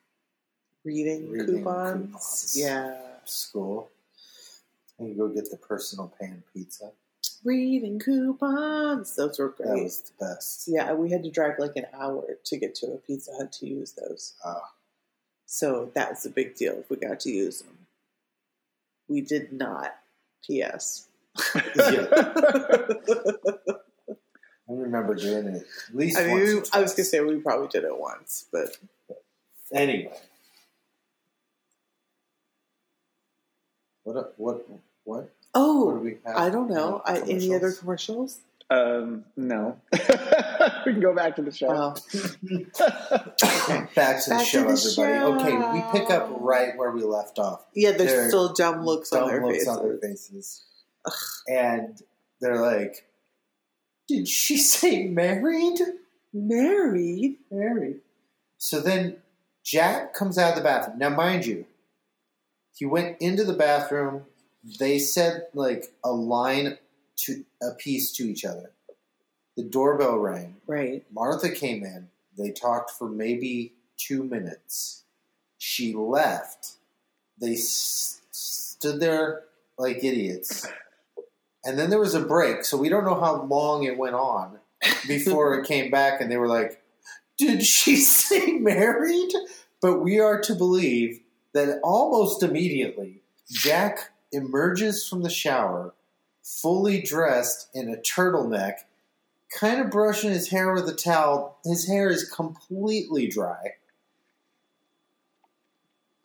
C: reading,
A: Reading
C: coupons.
A: coupons.
C: Yeah.
A: from school. And you go get the personal pan pizza.
C: reading coupons. Those were
A: That
C: great.
A: was the best.
C: Yeah, we had to drive like an hour to get to a Pizza Hut to use those.
A: Ah.
C: So that was a big deal if we got to use them. We did not. P.S.
A: Yeah. I remember doing it at least
C: I
A: once.
C: mean,
A: or
C: I was gonna
A: twice.
C: say we probably did it once, but
A: anyway. What? What? What? What do
C: oh,
A: we have?
C: I don't know. I, any other
A: Commercials?
C: commercials?
B: Um, no. we can go back to the show.
C: Oh,
A: Back to the
C: Back to
A: show,
C: the
A: everybody.
C: show.
A: Okay, we pick up right where we left off.
C: yeah, there's
A: They're
C: still dumb looks
A: Dumb
C: on their
A: looks
C: faces.
A: on their faces, and they're like, "Did she say married?"
C: Married?
A: Married. So then Jack comes out of the bathroom. Now, mind you, he went into the bathroom. They said like a line to a piece to each other. The doorbell rang.
C: Right.
A: Martha came in. They talked for maybe two minutes. She left. They s- stood there like idiots. And then there was a break, so we don't know how long it went on before it came back, and they were like, Did she say married? But we are to believe that almost immediately, Jack emerges from the shower, fully dressed in a turtleneck kind of brushing his hair with a towel. His hair is completely dry.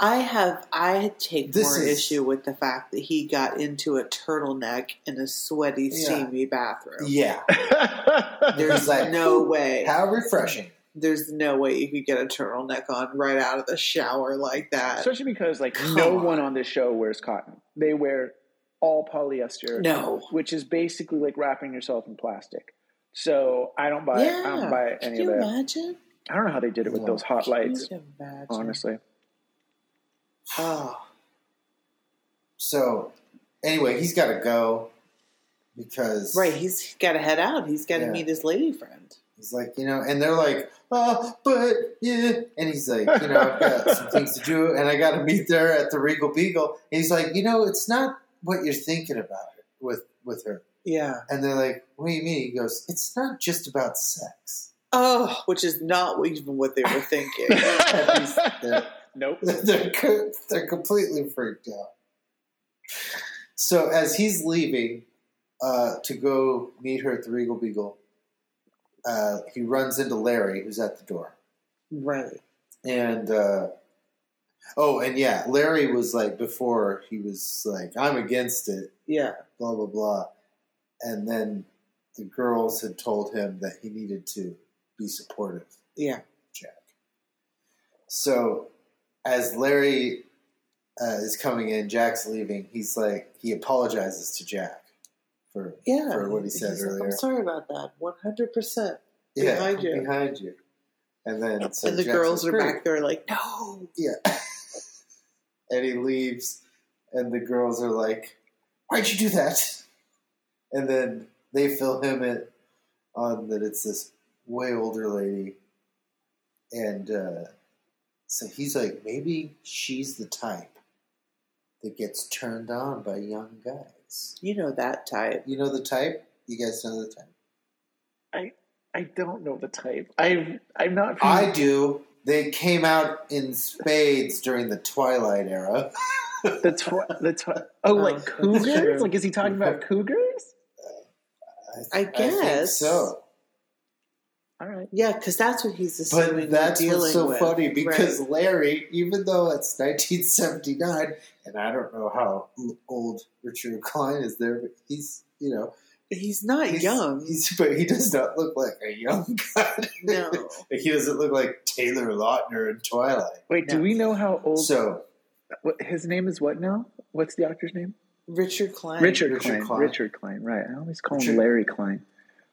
C: I have I take
A: This
C: more
A: is-
C: issue with the fact that he got into a turtleneck in a sweaty,
A: Yeah.
C: steamy bathroom.
A: Yeah.
C: Uh, There's
A: It's like,
C: no
A: "Ooh,
C: way.
A: How refreshing.
C: There's no way you could get a turtleneck on right out of the shower like that.
B: Especially because like
C: Come
B: no
C: on.
B: one on this show wears cotton. They wear all polyester.
C: No.
B: Which is basically like wrapping yourself in plastic. So I don't buy I
A: um,
B: don't buy
C: Can
B: any of
C: you
B: that.
C: imagine?
B: I don't know how they did it with
A: No.
B: those hot
C: Can
B: lights,
C: you imagine?
B: honestly.
C: Oh,
A: So, anyway, he's got to go because
C: right. He's got to head out. He's got to
A: Yeah.
C: meet his lady friend.
A: he's like, you know, and they're like, oh, but yeah. And he's like, you know, I've got some things to do and I got to meet there at the Regal Beagle. And he's like, you know, it's not what you're thinking about with, with her.
C: Yeah.
A: And they're like, what do you mean? He goes, it's not just about sex.
C: Oh, which is not even what they were thinking.
B: nope.
A: they're co- they're completely freaked out. So as he's leaving uh, to go meet her at the Regal Beagle, uh, he runs into Larry, who's at the door,
C: right.
A: and uh, oh, and yeah, Larry was like before he was like, "I'm against it,"
C: Yeah.
A: blah blah blah, and then the girls had told him that he needed to be supportive.
C: Yeah.
A: Jack. So, as Larry uh, is coming in, Jack's leaving. He's like he apologizes to Jack for
C: Yeah.
A: for what he said
C: He's like,
A: earlier.
C: I'm sorry about that. 100%.
A: yeah,
C: behind you.
A: behind you. And then so
C: and the
A: Jack's
C: girls
A: like,
C: are
A: "Great."
C: back there like, no.
A: and he leaves, and the girls are like, "Why'd you do that?" And then they fill him in on that it's this way older lady, and uh, so he's like, maybe she's the type that gets turned on by young guys.
C: You know that type.
A: You know the type? You guys know the type?
B: I don't know the type. I I'm
C: Hmm.
B: not
A: I do. They came out in spades during the Twilight era.
B: the tw- the tw- oh
C: Oh,
B: like
C: true.
B: cougars? Like is he talking about cougars?
C: I
A: think
C: guess.
A: so.
B: All right.
C: Yeah, because that's what he's assuming.
A: But
C: we're
A: that's
C: dealing
A: what's so
C: with.
A: funny because
C: Right.
A: Larry, even though it's 1979, and I don't know how old Richard Klein is there, but he's you know
C: he's not
A: he's,
C: young.
A: he's but he does not look like a young guy.
C: no.
A: like he doesn't look like Taylor Lautner in Twilight.
B: Wait, do
C: No.
B: we know how old
A: So
B: what, his name is what now? What's the actor's name?
C: Richard Klein.
B: Richard,
A: Richard
B: Klein.
A: Klein.
B: Richard Klein. Right. I always call
A: Richard-
B: him Larry Klein.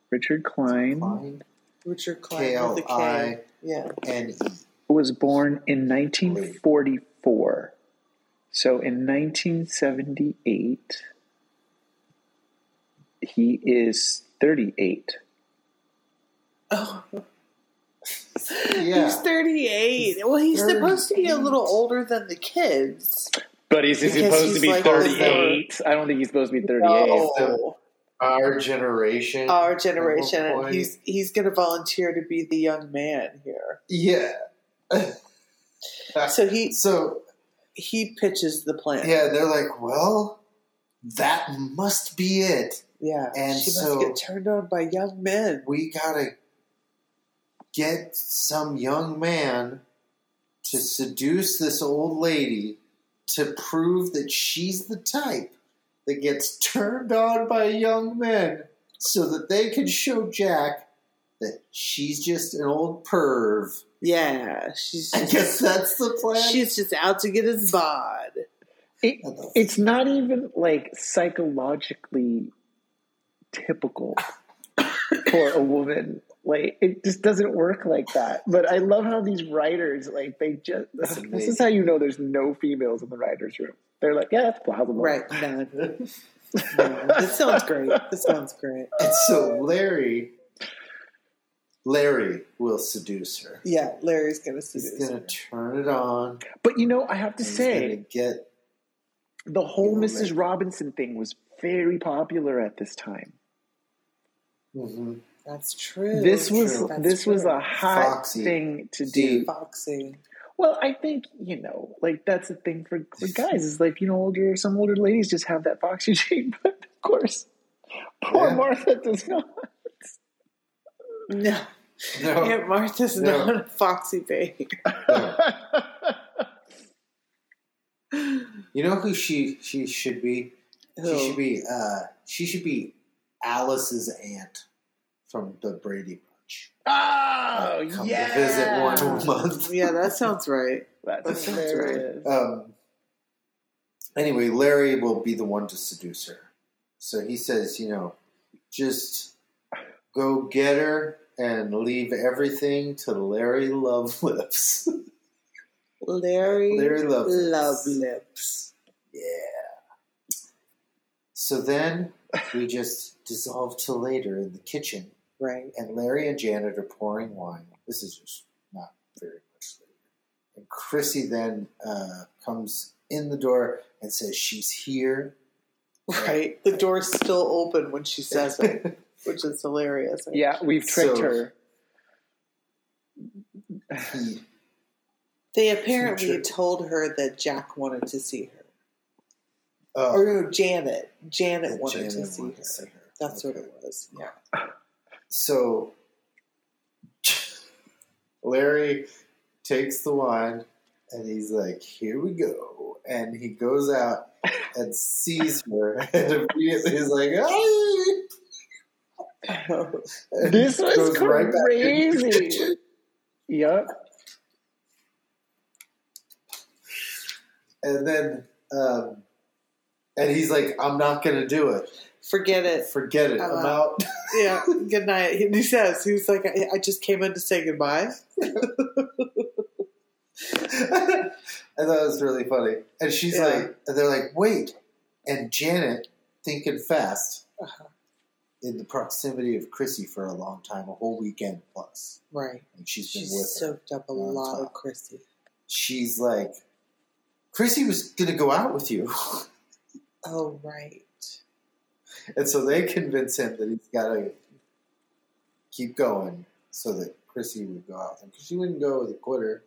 B: Richard Klein,
A: Klein,
C: Richard Klein.
A: K L
C: with a K.
A: I
C: Yeah.
A: N E.
B: was born in 1944. So in 1978, he is 38.
C: Oh, he's
A: Yeah,
C: 38. well, he's supposed to be a little
A: 38.
C: older than the kids.
B: But is
C: he Because supposed to he's be like-
A: 38?
B: I don't think he's supposed to be 38.
C: No.
A: Our generation. At
C: Our
A: one
C: generation.
A: point.
C: He's he's going to volunteer to be the young man here.
A: yeah.
C: So he
A: So
C: he pitches the plan.
A: yeah, they're like, well, that must be it.
C: Yeah.
A: And
C: she
A: so-
C: must get turned on by young men.
A: We gotta get some young man to seduce this old lady to prove that she's the type that gets turned on by young men so that they can show Jack that she's just an old perv.
C: Yeah. She's
A: I guess that's the plan.
C: she's just out to get his bod.
B: It,
A: What the
B: it's not even like psychologically typical for a woman. Like it just doesn't work like that. But I love how these writers like they just
A: That's
B: this is
A: amazing.
B: how you know there's no females in the writers' room. They're like, yeah, that's plausible.
C: Right. No. no. This sounds great. This sounds great.
A: And so Larry, Larry will seduce her.
C: Yeah, Larry's going to
A: He's
C: seduce
A: gonna
C: her.
A: turn it on.
B: But you know, I have to
A: He's
B: say,
A: gonna get
B: the whole
A: Yeah,
B: Mrs.
A: right.
B: Robinson thing was very popular at this time.
A: mhm.
C: That's true.
B: This was
A: true.
C: That's
B: this was
C: true.
B: a hot
A: Foxy.
B: thing to
A: Deep.
B: do.
C: Foxy.
B: Well, I think you know, like that's the thing for, for guys is like you know, older some older ladies just have that foxy gene, but of course, poor
A: Yeah.
B: Martha does not.
C: No,
B: Oh.
A: no,
C: Aunt Martha's
A: No.
C: not a foxy babe.
A: no. You know who she she should be? She
C: Oh.
A: should be uh she should be Alice's aunt from the Brady Bunch.
B: oh
A: Come
B: yeah,
A: to visit one month.
C: yeah, that sounds right.
B: That's
C: That's right.
B: hilarious.
A: Um, anyway, Larry will be the one to seduce her. So he says, you know, just go get her and leave everything to Larry Love Lips.
C: Larry,
A: Larry Love Lips.
C: Love Lips.
A: Yeah. So then we just dissolve to later in the kitchen,
C: Right.
A: and Larry and Janet are pouring wine. This is just not very much later. And Chrissy then uh, comes in the door and says, She's here.
C: Right. The door's still open when she says it, which is hilarious.
B: Yeah, we've tricked
A: So-
B: her.
A: he,
C: They apparently
A: Future.
C: told her that Jack wanted to see her.
A: uh,
C: Or no, Janet. Janet
A: that
C: wanted to
A: Janet
C: see
A: wanted
C: her.
A: to see her.
C: That's
A: Okay.
C: what it was. Yeah.
A: So Larry takes the wine and he's like, "Here we go," and he goes out and sees her, and immediately he's like, "Ay!" And
B: This was
A: goes right back in the
B: crazy.
A: kitchen.
B: yep.
A: and then, um, and he's like, "I'm not gonna do it.
C: Forget it.
A: Forget it.
C: I'm
A: I'm out."
C: out." Yeah. Good night. And he says, he was like, I, I just came in to say goodbye.
A: I thought it was really funny. And she's
C: Yeah.
A: like, and they're like, wait. And Janet, thinking fast,
C: Uh-huh.
A: in the proximity of Chrissy for a long time, a whole weekend plus.
C: Right.
A: And she's been
C: She's
A: with her.
C: soaked up a
A: on
C: lot
A: top.
C: of Chrissy.
A: She's like, Chrissy was going to go out with you.
C: Oh, right.
A: and so they convince him that he's got to keep going so that Chrissy would go out. And she wouldn't go with a quitter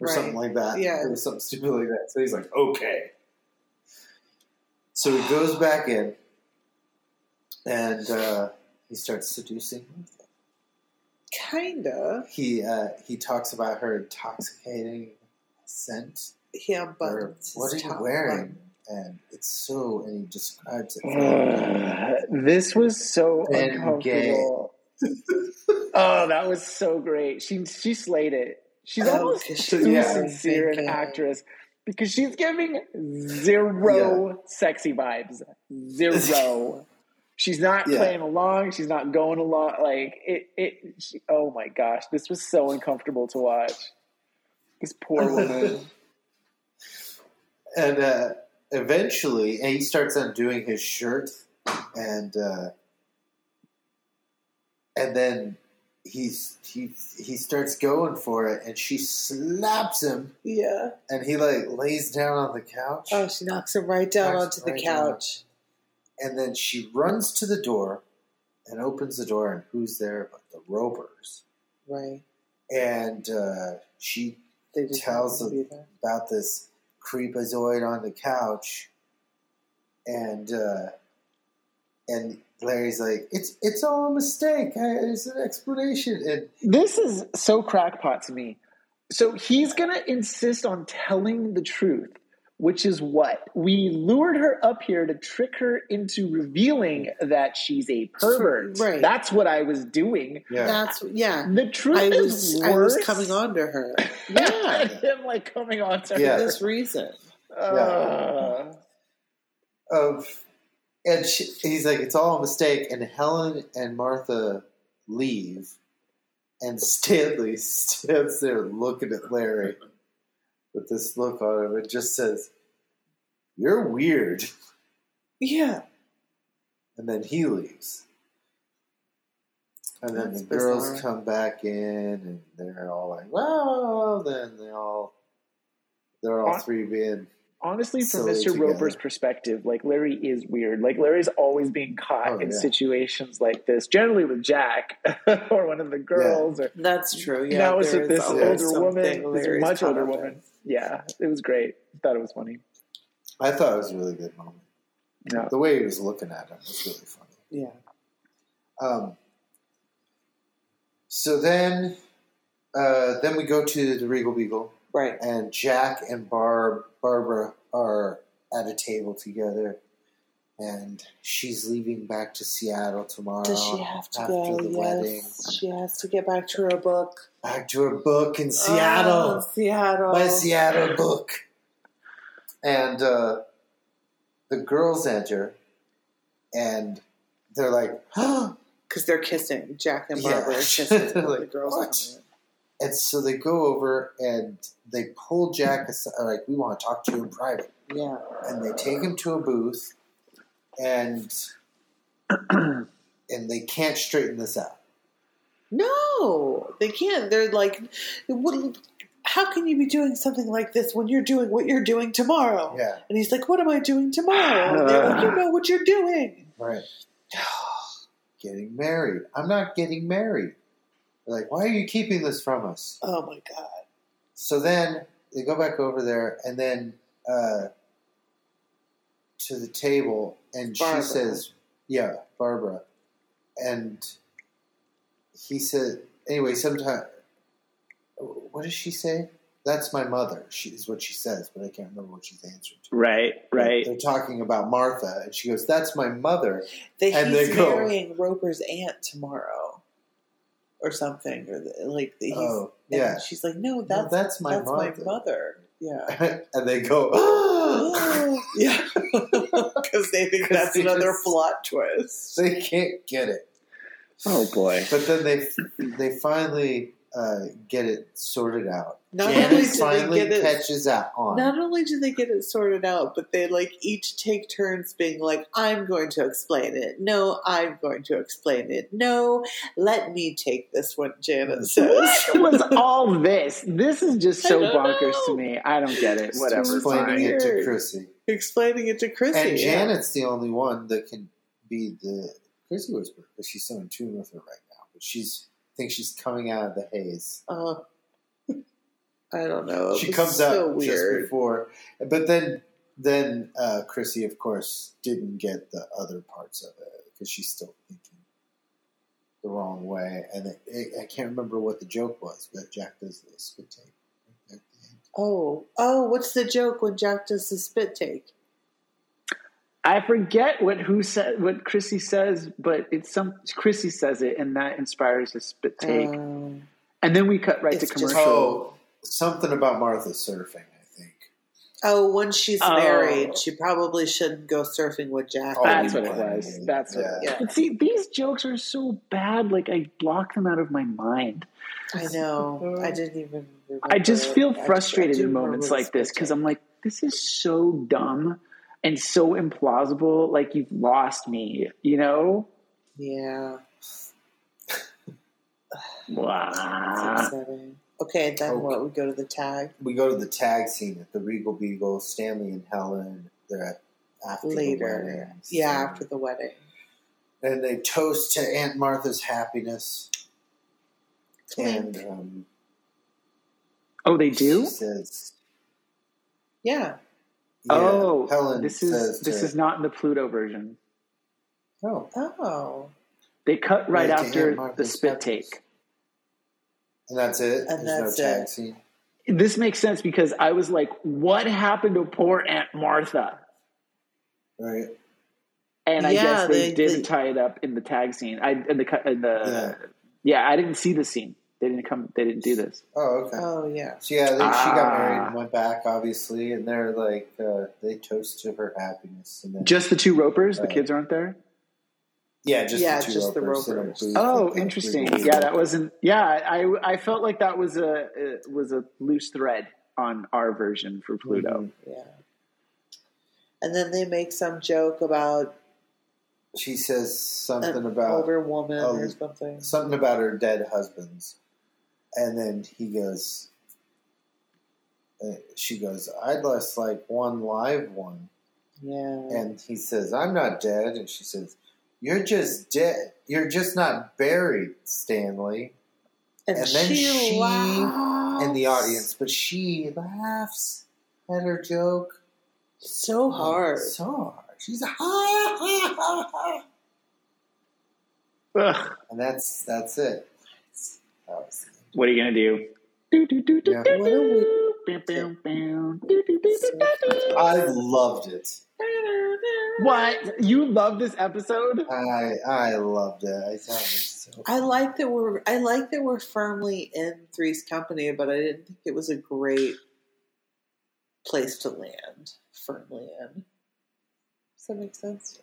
A: or
C: Right.
A: something like that.
C: Yeah.
A: It was something stupid like that. So he's like, okay. So he goes back in and uh, he starts seducing her.
C: Kinda.
A: He, uh, he talks about her intoxicating scent.
C: He unbuttons
A: what are
C: his
A: you
C: top
A: wearing?
C: button.
A: And it's so, and he describes it.
B: Ugh, this was so
A: And gay.
B: uncomfortable. oh, that was so great. She she slayed it. She's
C: Oh,
B: almost
C: 'cause
B: too
A: she's so
B: sincere an
C: thinking.
B: actress because she's giving zero sexy vibes. Zero. she's not
A: Yeah.
B: playing along. She's not going along. Like it. It. She, oh my gosh, this was so uncomfortable to watch. This poor woman.
A: and uh, eventually, and he starts undoing his shirt, and uh, and then he's he he starts going for it, and she slaps him,
C: Yeah.
A: and he like lays down on the couch.
C: Oh, she knocks him right down
A: Knocks
C: onto the
A: right down.
C: couch.
A: And then she runs to the door and opens the door, and who's there but the Ropers?
C: Right.
A: And uh, she
C: They just
A: Tells
C: happened to be there.
A: about this creepazoid on the couch, and uh, and Larry's like, "It's it's all a mistake. I, it's an explanation." And
B: This is so crackpot to me. So he's going to insist on telling the truth, which is what? We lured her up here to trick her into revealing that she's a pervert.
C: Right.
B: That's what I was doing.
A: yeah,
C: That's yeah.
B: The truth
C: I
B: is
C: was I was
B: worse
C: coming on to her
B: than him like coming on to
C: for
A: Yeah.
C: this reason.
B: Uh,
A: of and she, he's like, "It's all a mistake." And Helen and Martha leave, and Stanley stands there looking at Larry with this look on him, and just says, "You're weird."
C: Yeah.
A: and then he leaves. And then
C: That's
A: the girls
C: bizarre.
A: come back in, and they're all like, "Wow!" Then they all, they're all
B: Uh,
A: three being
B: honestly, from
A: Silly
B: Mr.
A: together.
B: Roper's perspective, like Larry is weird. Like Larry's always being caught
A: Oh,
B: in
A: yeah.
B: situations like this, generally with Jack or one of the girls or
C: That's true. Yeah.
B: now it's
C: there
B: with
C: is
B: this
C: always
B: older
C: something
B: woman, this
C: Larry's
B: much
C: caught
B: older
C: up in.
B: woman. Yeah, it was great. Thought it was funny.
A: I thought it was a really good moment.
B: Yeah.
A: The way he was looking at him was really funny.
C: Yeah.
A: Um, so then, uh, then we go to the Regal Beagle,
C: Right.
A: and Jack and Barb Barbara are at a table together, and she's leaving back to Seattle tomorrow.
C: Does she have to
A: after
C: go?
A: the
C: yes.
A: wedding,
C: She has to get back to her book.
A: back to her book in Seattle,
C: Oh, Seattle.
A: my Seattle book, and uh, the girls enter, and they're like,
C: Because they're kissing. Jack and Barbara
A: Yeah.
C: are kissing.
A: They're like,
C: the girls
A: "What?"
C: aren't.
A: and so they go over and they pull Jack aside, like, we want to talk to you in private.
C: Yeah.
A: and they take him to a booth and and they can't straighten this out.
C: No, they can't. They're like, what, how can you be doing something like this when you're doing what you're doing tomorrow?
A: Yeah.
C: And he's like, what am I doing tomorrow? And they're like, you know what you're doing.
A: Right. getting married. I'm not getting married. They're like, why are you keeping this from us?
C: Oh my God.
A: So then they go back over there and then uh, to the table and
C: Barbara.
A: she says, Yeah, Barbara. And he said anyway, sometime what does she say? That's my mother, she is what she says, but I can't remember what she's answered to.
B: Right, right.
A: They're talking about Martha, and she goes, "That's my mother."
C: That
A: And
C: he's
A: they go-
C: marrying Roper's aunt tomorrow or something. Or the, like, that he's,
A: oh,
C: and
A: yeah.
C: she's like, no,
A: No,
C: that's,
A: that's my
C: that's
A: mother.
C: my mother. Yeah.
A: and they go,
C: yeah. Because they think
A: 'Cause
C: that's
A: they
C: another
A: just-
C: plot twist.
A: they can't get it.
B: Oh boy.
A: But then they they finally uh, get it sorted out.
C: Not only
A: Janice
C: did
A: finally
C: they get it
A: catches out on.
C: Not only do they get it sorted out, but they like each take turns being like, I'm going to explain it. No, I'm going to explain it. No, let me take this one, Janet says.
B: What was all this? This is just so
C: I don't
B: bonkers
C: know.
B: to me. I don't get it.
C: Just
B: Whatever.
A: explaining
B: Fine.
A: it to
C: Weird.
A: Chrissy,
C: explaining it to
A: and
C: Chrissy. yeah.
A: Janet's the only one that can be the Chrissy whisperer because she's so in tune with her right now. But she's thinks she's coming out of the haze.
C: Uh, I don't know. It
A: she
C: was
A: comes
C: so
A: out just
C: weird.
A: before, but then then uh, Chrissy, of course, didn't get the other parts of it because she's still thinking the wrong way, and it, it, I can't remember what the joke was, but Jack does the spit take. at the end.
C: Oh, oh, what's the joke when Jack does the spit take?
B: I forget what who said what Chrissy says, but it's some Chrissy says it, and that inspires his spit take.
C: Um,
B: and then we cut right to
C: it's just-
B: commercial.
A: Oh, something about Martha surfing, I think.
C: oh, once she's
B: Oh.
C: married, she probably shouldn't go surfing with Jack.
A: Oh,
B: That's
A: you
B: what it
A: know
B: was.
A: I mean.
B: That's what.
A: Yeah.
B: It was. But see, these jokes are so bad. Like I block them out of my mind.
C: I know. I didn't even. Remember.
B: Mm-hmm. I just feel
C: I- I
B: frustrated
C: do
B: in
C: remember
B: moments
C: the
B: like this
C: spit
B: because
C: take.
B: I'm like, this is so dumb and so implausible. Like you've lost me. You know.
C: Yeah, it's
B: Wow.
C: upsetting. Okay, then
A: Okay.
C: what? We go to the tag.
A: We go to the tag scene at the Regal Beagle. Stanley and Helen. They're at, after the
C: later.
A: wedding.
C: Yeah, after the wedding.
A: and they toast to Aunt Martha's happiness. And um,
B: Oh, they do.
A: she says, yeah,
C: Yeah.
B: oh,
A: Helen
B: this
A: says
B: is this
A: to-
B: is not in the Pluto version.
A: oh,
C: Oh.
B: They cut right
A: yeah, to Aunt
B: after the
A: Martha's
B: spit
A: happiness.
B: take.
A: and that's it.
C: And
A: There's
C: that's
A: no tag
C: it.
A: scene.
B: This makes sense because I was like, "What happened to poor Aunt Martha?"
A: Right?
B: And I
C: Yeah,
B: guess they,
C: they-
B: didn't
C: they-
B: tie it up in the tag scene. I in the cut in the
A: Yeah.
B: yeah. I didn't see the scene. They didn't come. They didn't do this.
A: Oh, okay.
C: Oh yeah.
A: So yeah, they, she got
B: Ah.
A: married and went back, obviously, and they're like uh, they toast to her happiness, and then
B: Just the two ropers. The
A: Right.
B: kids aren't there.
A: yeah, just
C: Yeah,
A: the two
C: just the
A: ropers in a
C: ropers.
A: booth
B: Oh,
A: with the
B: interesting.
A: three
B: Yeah, that wasn't. Yeah, I I felt like that was a it was a loose thread on our version for Pluto.
C: Yeah. And then they make some joke about
A: She says something
C: an
A: about
C: older woman or
A: um,
C: something.
A: something about her dead husbands, and then he goes. uh, She goes, I'd less like one live one.
C: Yeah.
A: And he says, I'm not dead. And she says, You're just dead. You're just not buried, Stanley.
C: And,
A: and then
C: she,
A: she
C: laughs
A: in the audience, but she laughs at her joke
C: so hard.
A: So hard. She's "Ah, ha ha ha ha.
B: Ugh,
A: ah, And that's that's it. That was-
B: what are you gonna do? Do, do, do, do,
A: Yeah.
B: do,
C: What a
B: do. Bam, bam, bam. Do, do, do, do, do, do.
A: I loved it.
B: What you love this episode?
A: I I loved it. I thought it was so.
C: I like that we're I like that we're firmly in Three's Company, but I didn't think it was a great place to land. Firmly in. Does that make sense?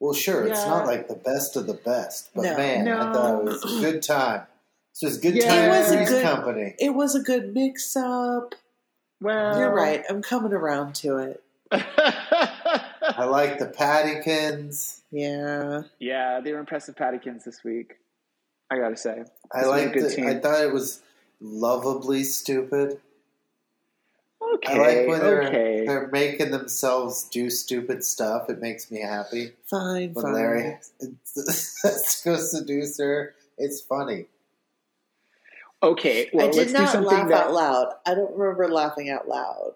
A: Well, sure, it's
B: Yeah.
A: not like the best of the best, but
C: No.
A: man, I
B: No.
A: thought it was a good time. This was a good
B: Yeah.
A: time.
B: It
A: It
B: was a
C: good-
A: company.
C: It was a good mix up.
B: Well,
A: Uh-huh.
C: You're right. I'm coming around to it.
A: I like the Paddykins.
C: Yeah.
B: yeah, they were impressive Paddykins this week. I gotta say,
A: I
B: This was a
A: liked
B: good
A: it.
B: team.
A: I thought it was lovably stupid.
B: okay,
A: I like when they're,
B: okay.
A: they're making themselves do stupid stuff. It makes me happy.
C: Fine.
A: When
C: fine.
A: Larry it's- goes to seduce her, it's funny.
B: Okay, well,
C: I
B: let's
C: did
B: do
C: not
B: something
C: laugh
B: that,
C: out loud. I don't remember laughing out loud.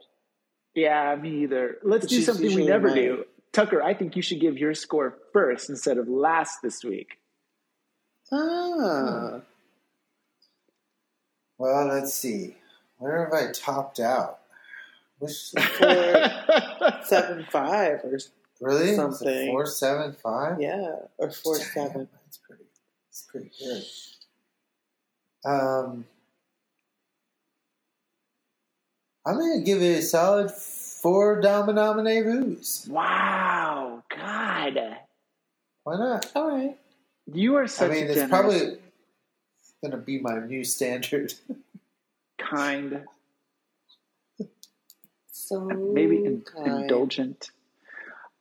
B: Yeah, me either. Let's
C: Which
B: do
C: is
B: something we
C: usually
B: never
C: mine.
B: do. Tucker, I think you should give your score first instead of last this week.
C: Ah.
A: Well, let's see. Where have I topped out? Which,
C: Four, seven, five, or
A: really?
C: Something.
A: Four seven five.
C: yeah, or four, seven.
A: That's pretty. It's pretty good. Um, I'm gonna give it a solid four dominators.
B: wow, God,
A: Why not?
C: All right.
B: you are such
A: I mean,
B: a
A: it's
B: generous,
A: probably going to be my new standard.
B: kind,
C: So
B: maybe in-
C: kind.
B: indulgent.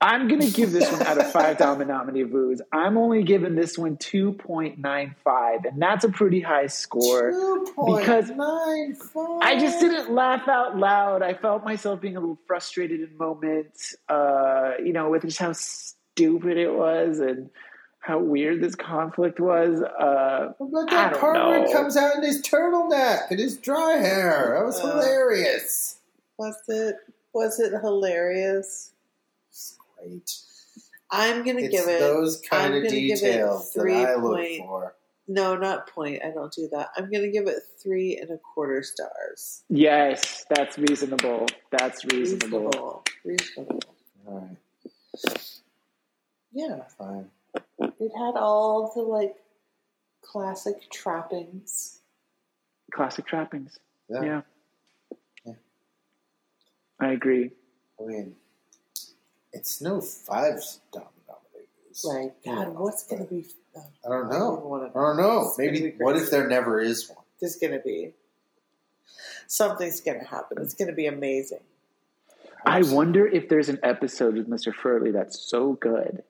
B: I'm gonna give this one out of five Dominomini voos. I'm only giving this one two point nine five, and that's a pretty high score. because-
A: 2.95.
B: I just didn't laugh out loud. I felt myself being a little frustrated in moments, uh, you know, with just how stupid it was and how weird this conflict was. Uh,
A: What about
B: I
A: that
B: don't
A: part where
B: know.
A: he comes out in his turtleneck and his dry hair? That was
C: Uh,
A: hilarious.
C: Was it was it hilarious?
A: It's great.
C: I'm gonna
A: It's
C: give it
A: those kind
C: I'm
A: of
C: gonna give it
A: details that I look
C: three point-
A: for.
C: no, not point. I don't do that. I'm gonna give it three and a quarter stars.
B: yes, that's reasonable. That's reasonable.
C: Reasonable. Reasonable.
A: All right,
C: Yeah.
A: fine.
C: It had all the like classic trappings.
B: Classic trappings.
A: Yeah.
B: Yeah.
A: Yeah.
B: I agree.
A: I mean, it's no five dominators.
C: Like, God, what's gonna be oh,
A: I don't
C: I don't even
A: know.
C: wanna
A: I don't know.
C: It's gonna
A: Maybe
C: be
A: what
C: crazy.
A: if there never is one?
C: there's going to be something's going to happen. It's going to be amazing.
B: I wonder if there's an episode with Mr. Furley that's so good.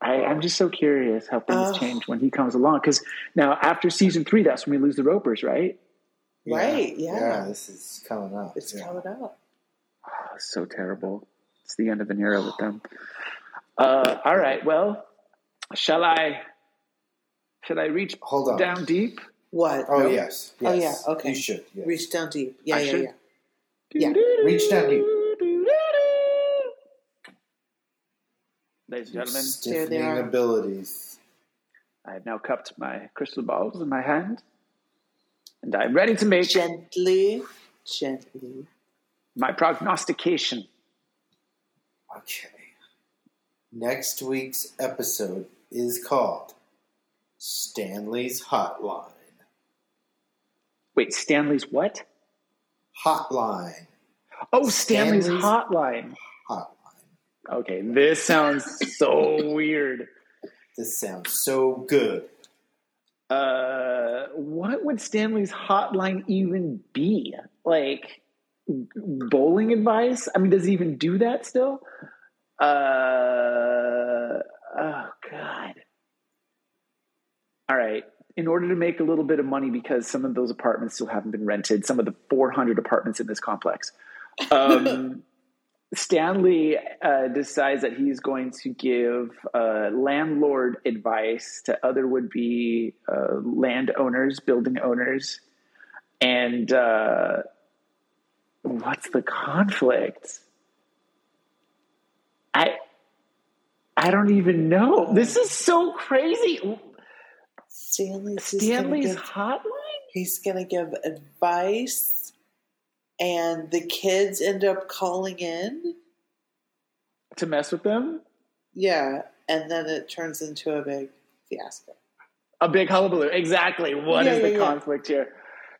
B: I, I'm just so curious how things
C: Oh.
B: change when he comes along. Because now, after season three, that's when we lose the Ropers, right?
C: Right, yeah.
A: This is coming up.
C: It's
A: yeah.
C: coming up.
B: Oh, so terrible. It's the end of an era with them. Uh, all right. Well, shall I? Should I reach
A: Hold on.
B: down deep?
C: What?
A: Oh
B: No?
A: yes,
C: Oh,
A: yes.
C: yeah, okay.
A: You should. yes.
C: Reach down deep. Yeah,
B: I
C: yeah,
B: should-
C: yeah. Yeah.
A: Reach down deep.
B: Ladies and
A: Your
B: gentlemen,
C: There they
A: stiffening
C: are.
A: abilities.
B: I have now cupped my crystal balls in my hand, and I am ready to make
C: Gently, gently.
B: my prognostication.
A: Okay. Next week's episode is called Stanley's Hotline.
B: Wait, Stanley's what?
A: Hotline.
B: Oh, Stanley's,
A: Stanley's-
B: hotline.
A: Hotline.
B: Okay, this sounds so weird.
A: This sounds so good.
B: Uh, what would Stanley's hotline even be? Like bowling advice? I mean, does he even do that still? Uh, oh God. All right. In order to make a little bit of money, because some of those apartments still haven't been rented, some of the 400 apartments in this complex, um, Stanley uh, decides that he's going to give uh, landlord advice to other would be uh, landowners, building owners. And uh, what's the conflict? I. I don't even know. This is so crazy.
C: Stanley's, just gonna
B: Stanley's
C: give-
B: hotline?
C: he's going to give advice, and the kids end up calling in.
B: To mess with them?
C: Yeah, and then it turns into a big fiasco.
B: A big hullabaloo. Exactly. What
C: Yeah,
B: is
C: yeah,
B: the
C: yeah.
B: conflict here?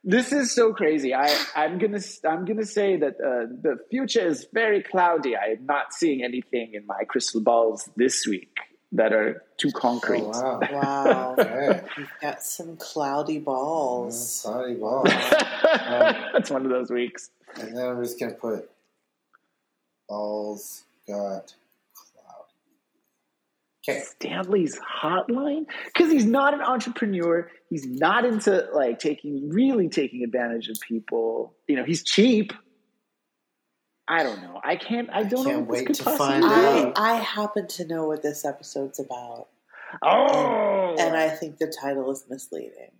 B: This is so crazy. I, I'm gonna I'm gonna say that uh, the future is very cloudy. I am not seeing anything in my crystal balls this week that are too concrete.
A: Oh, wow.
C: Wow.
A: Okay.
C: You've got some cloudy
A: Well,
C: balls.
A: Sorry, ball.
B: That's one of those weeks.
A: And then I'm just going to put Balls Got Cloud. Okay.
B: Stanley's hotline because he's not an entrepreneur. He's not into like taking really taking advantage of people. You know, he's cheap. I don't know. I can't. I don't know
A: can't
B: what this
A: wait
B: could
A: to
B: possibly
A: find
C: I,
A: Wow.
B: be.
C: I happen to know what this episode's about,
B: Oh,
C: and I think the title is misleading.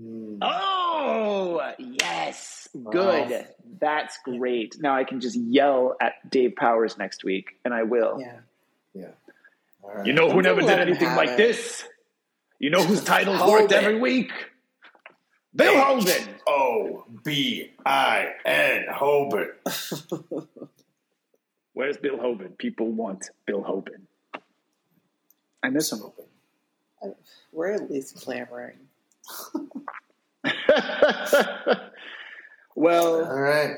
A: Hmm.
B: oh, yes,
A: Wow.
B: good.
C: Oh.
B: That's great. Now I can just yell at Dave Powers next week, and I will.
C: Yeah.
A: All right.
B: You know who
C: I'm gonna
B: never
C: let
B: did
C: him
B: anything
C: have
B: like
C: it.
B: this? You know whose titles
A: Hold
B: worked
A: it.
B: every week? Bill Hogan.
A: O B I N Hobart.
B: Where's Bill Hoban? People want Bill Hoban. I miss him.
C: We're at least clamoring.
B: well,
A: All right.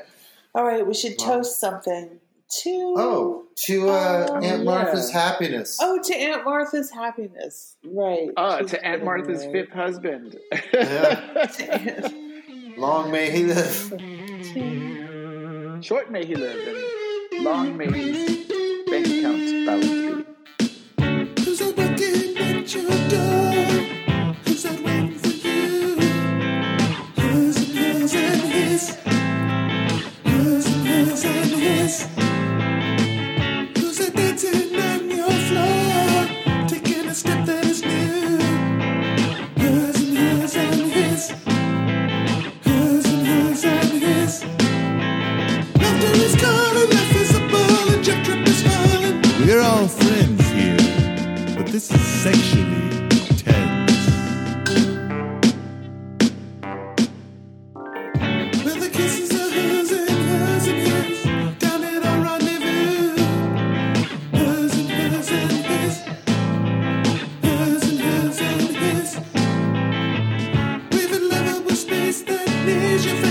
C: All right, we should toast something to
A: Oh, to uh,
C: Um,
A: Aunt
B: yeah.
A: Martha's happiness.
C: Oh, to Aunt Martha's happiness. Right.
B: uh,
C: She's
B: to Aunt
C: getting
B: Martha's
C: married.
B: fifth husband.
C: To-
A: Long may he live.
B: Short may he live, and long may his bank account balance be.
D: Who's that knocking at your door? Who's that waiting for you? Who's it, who's it, his? Who's it, who's it, his? Who's that dancing on your floor? Taking a step that is new. Who's it, who's it, his? Who's it, who's it, his? Laughter is calling, life is a ball, and your trip is falling.
E: We're all friends here, but this is sexually tense.
D: Where the kisses are hers and hers and his, down at our rendezvous. Hers and hers and his, hers and hers and his. We've in love with space that needs your face.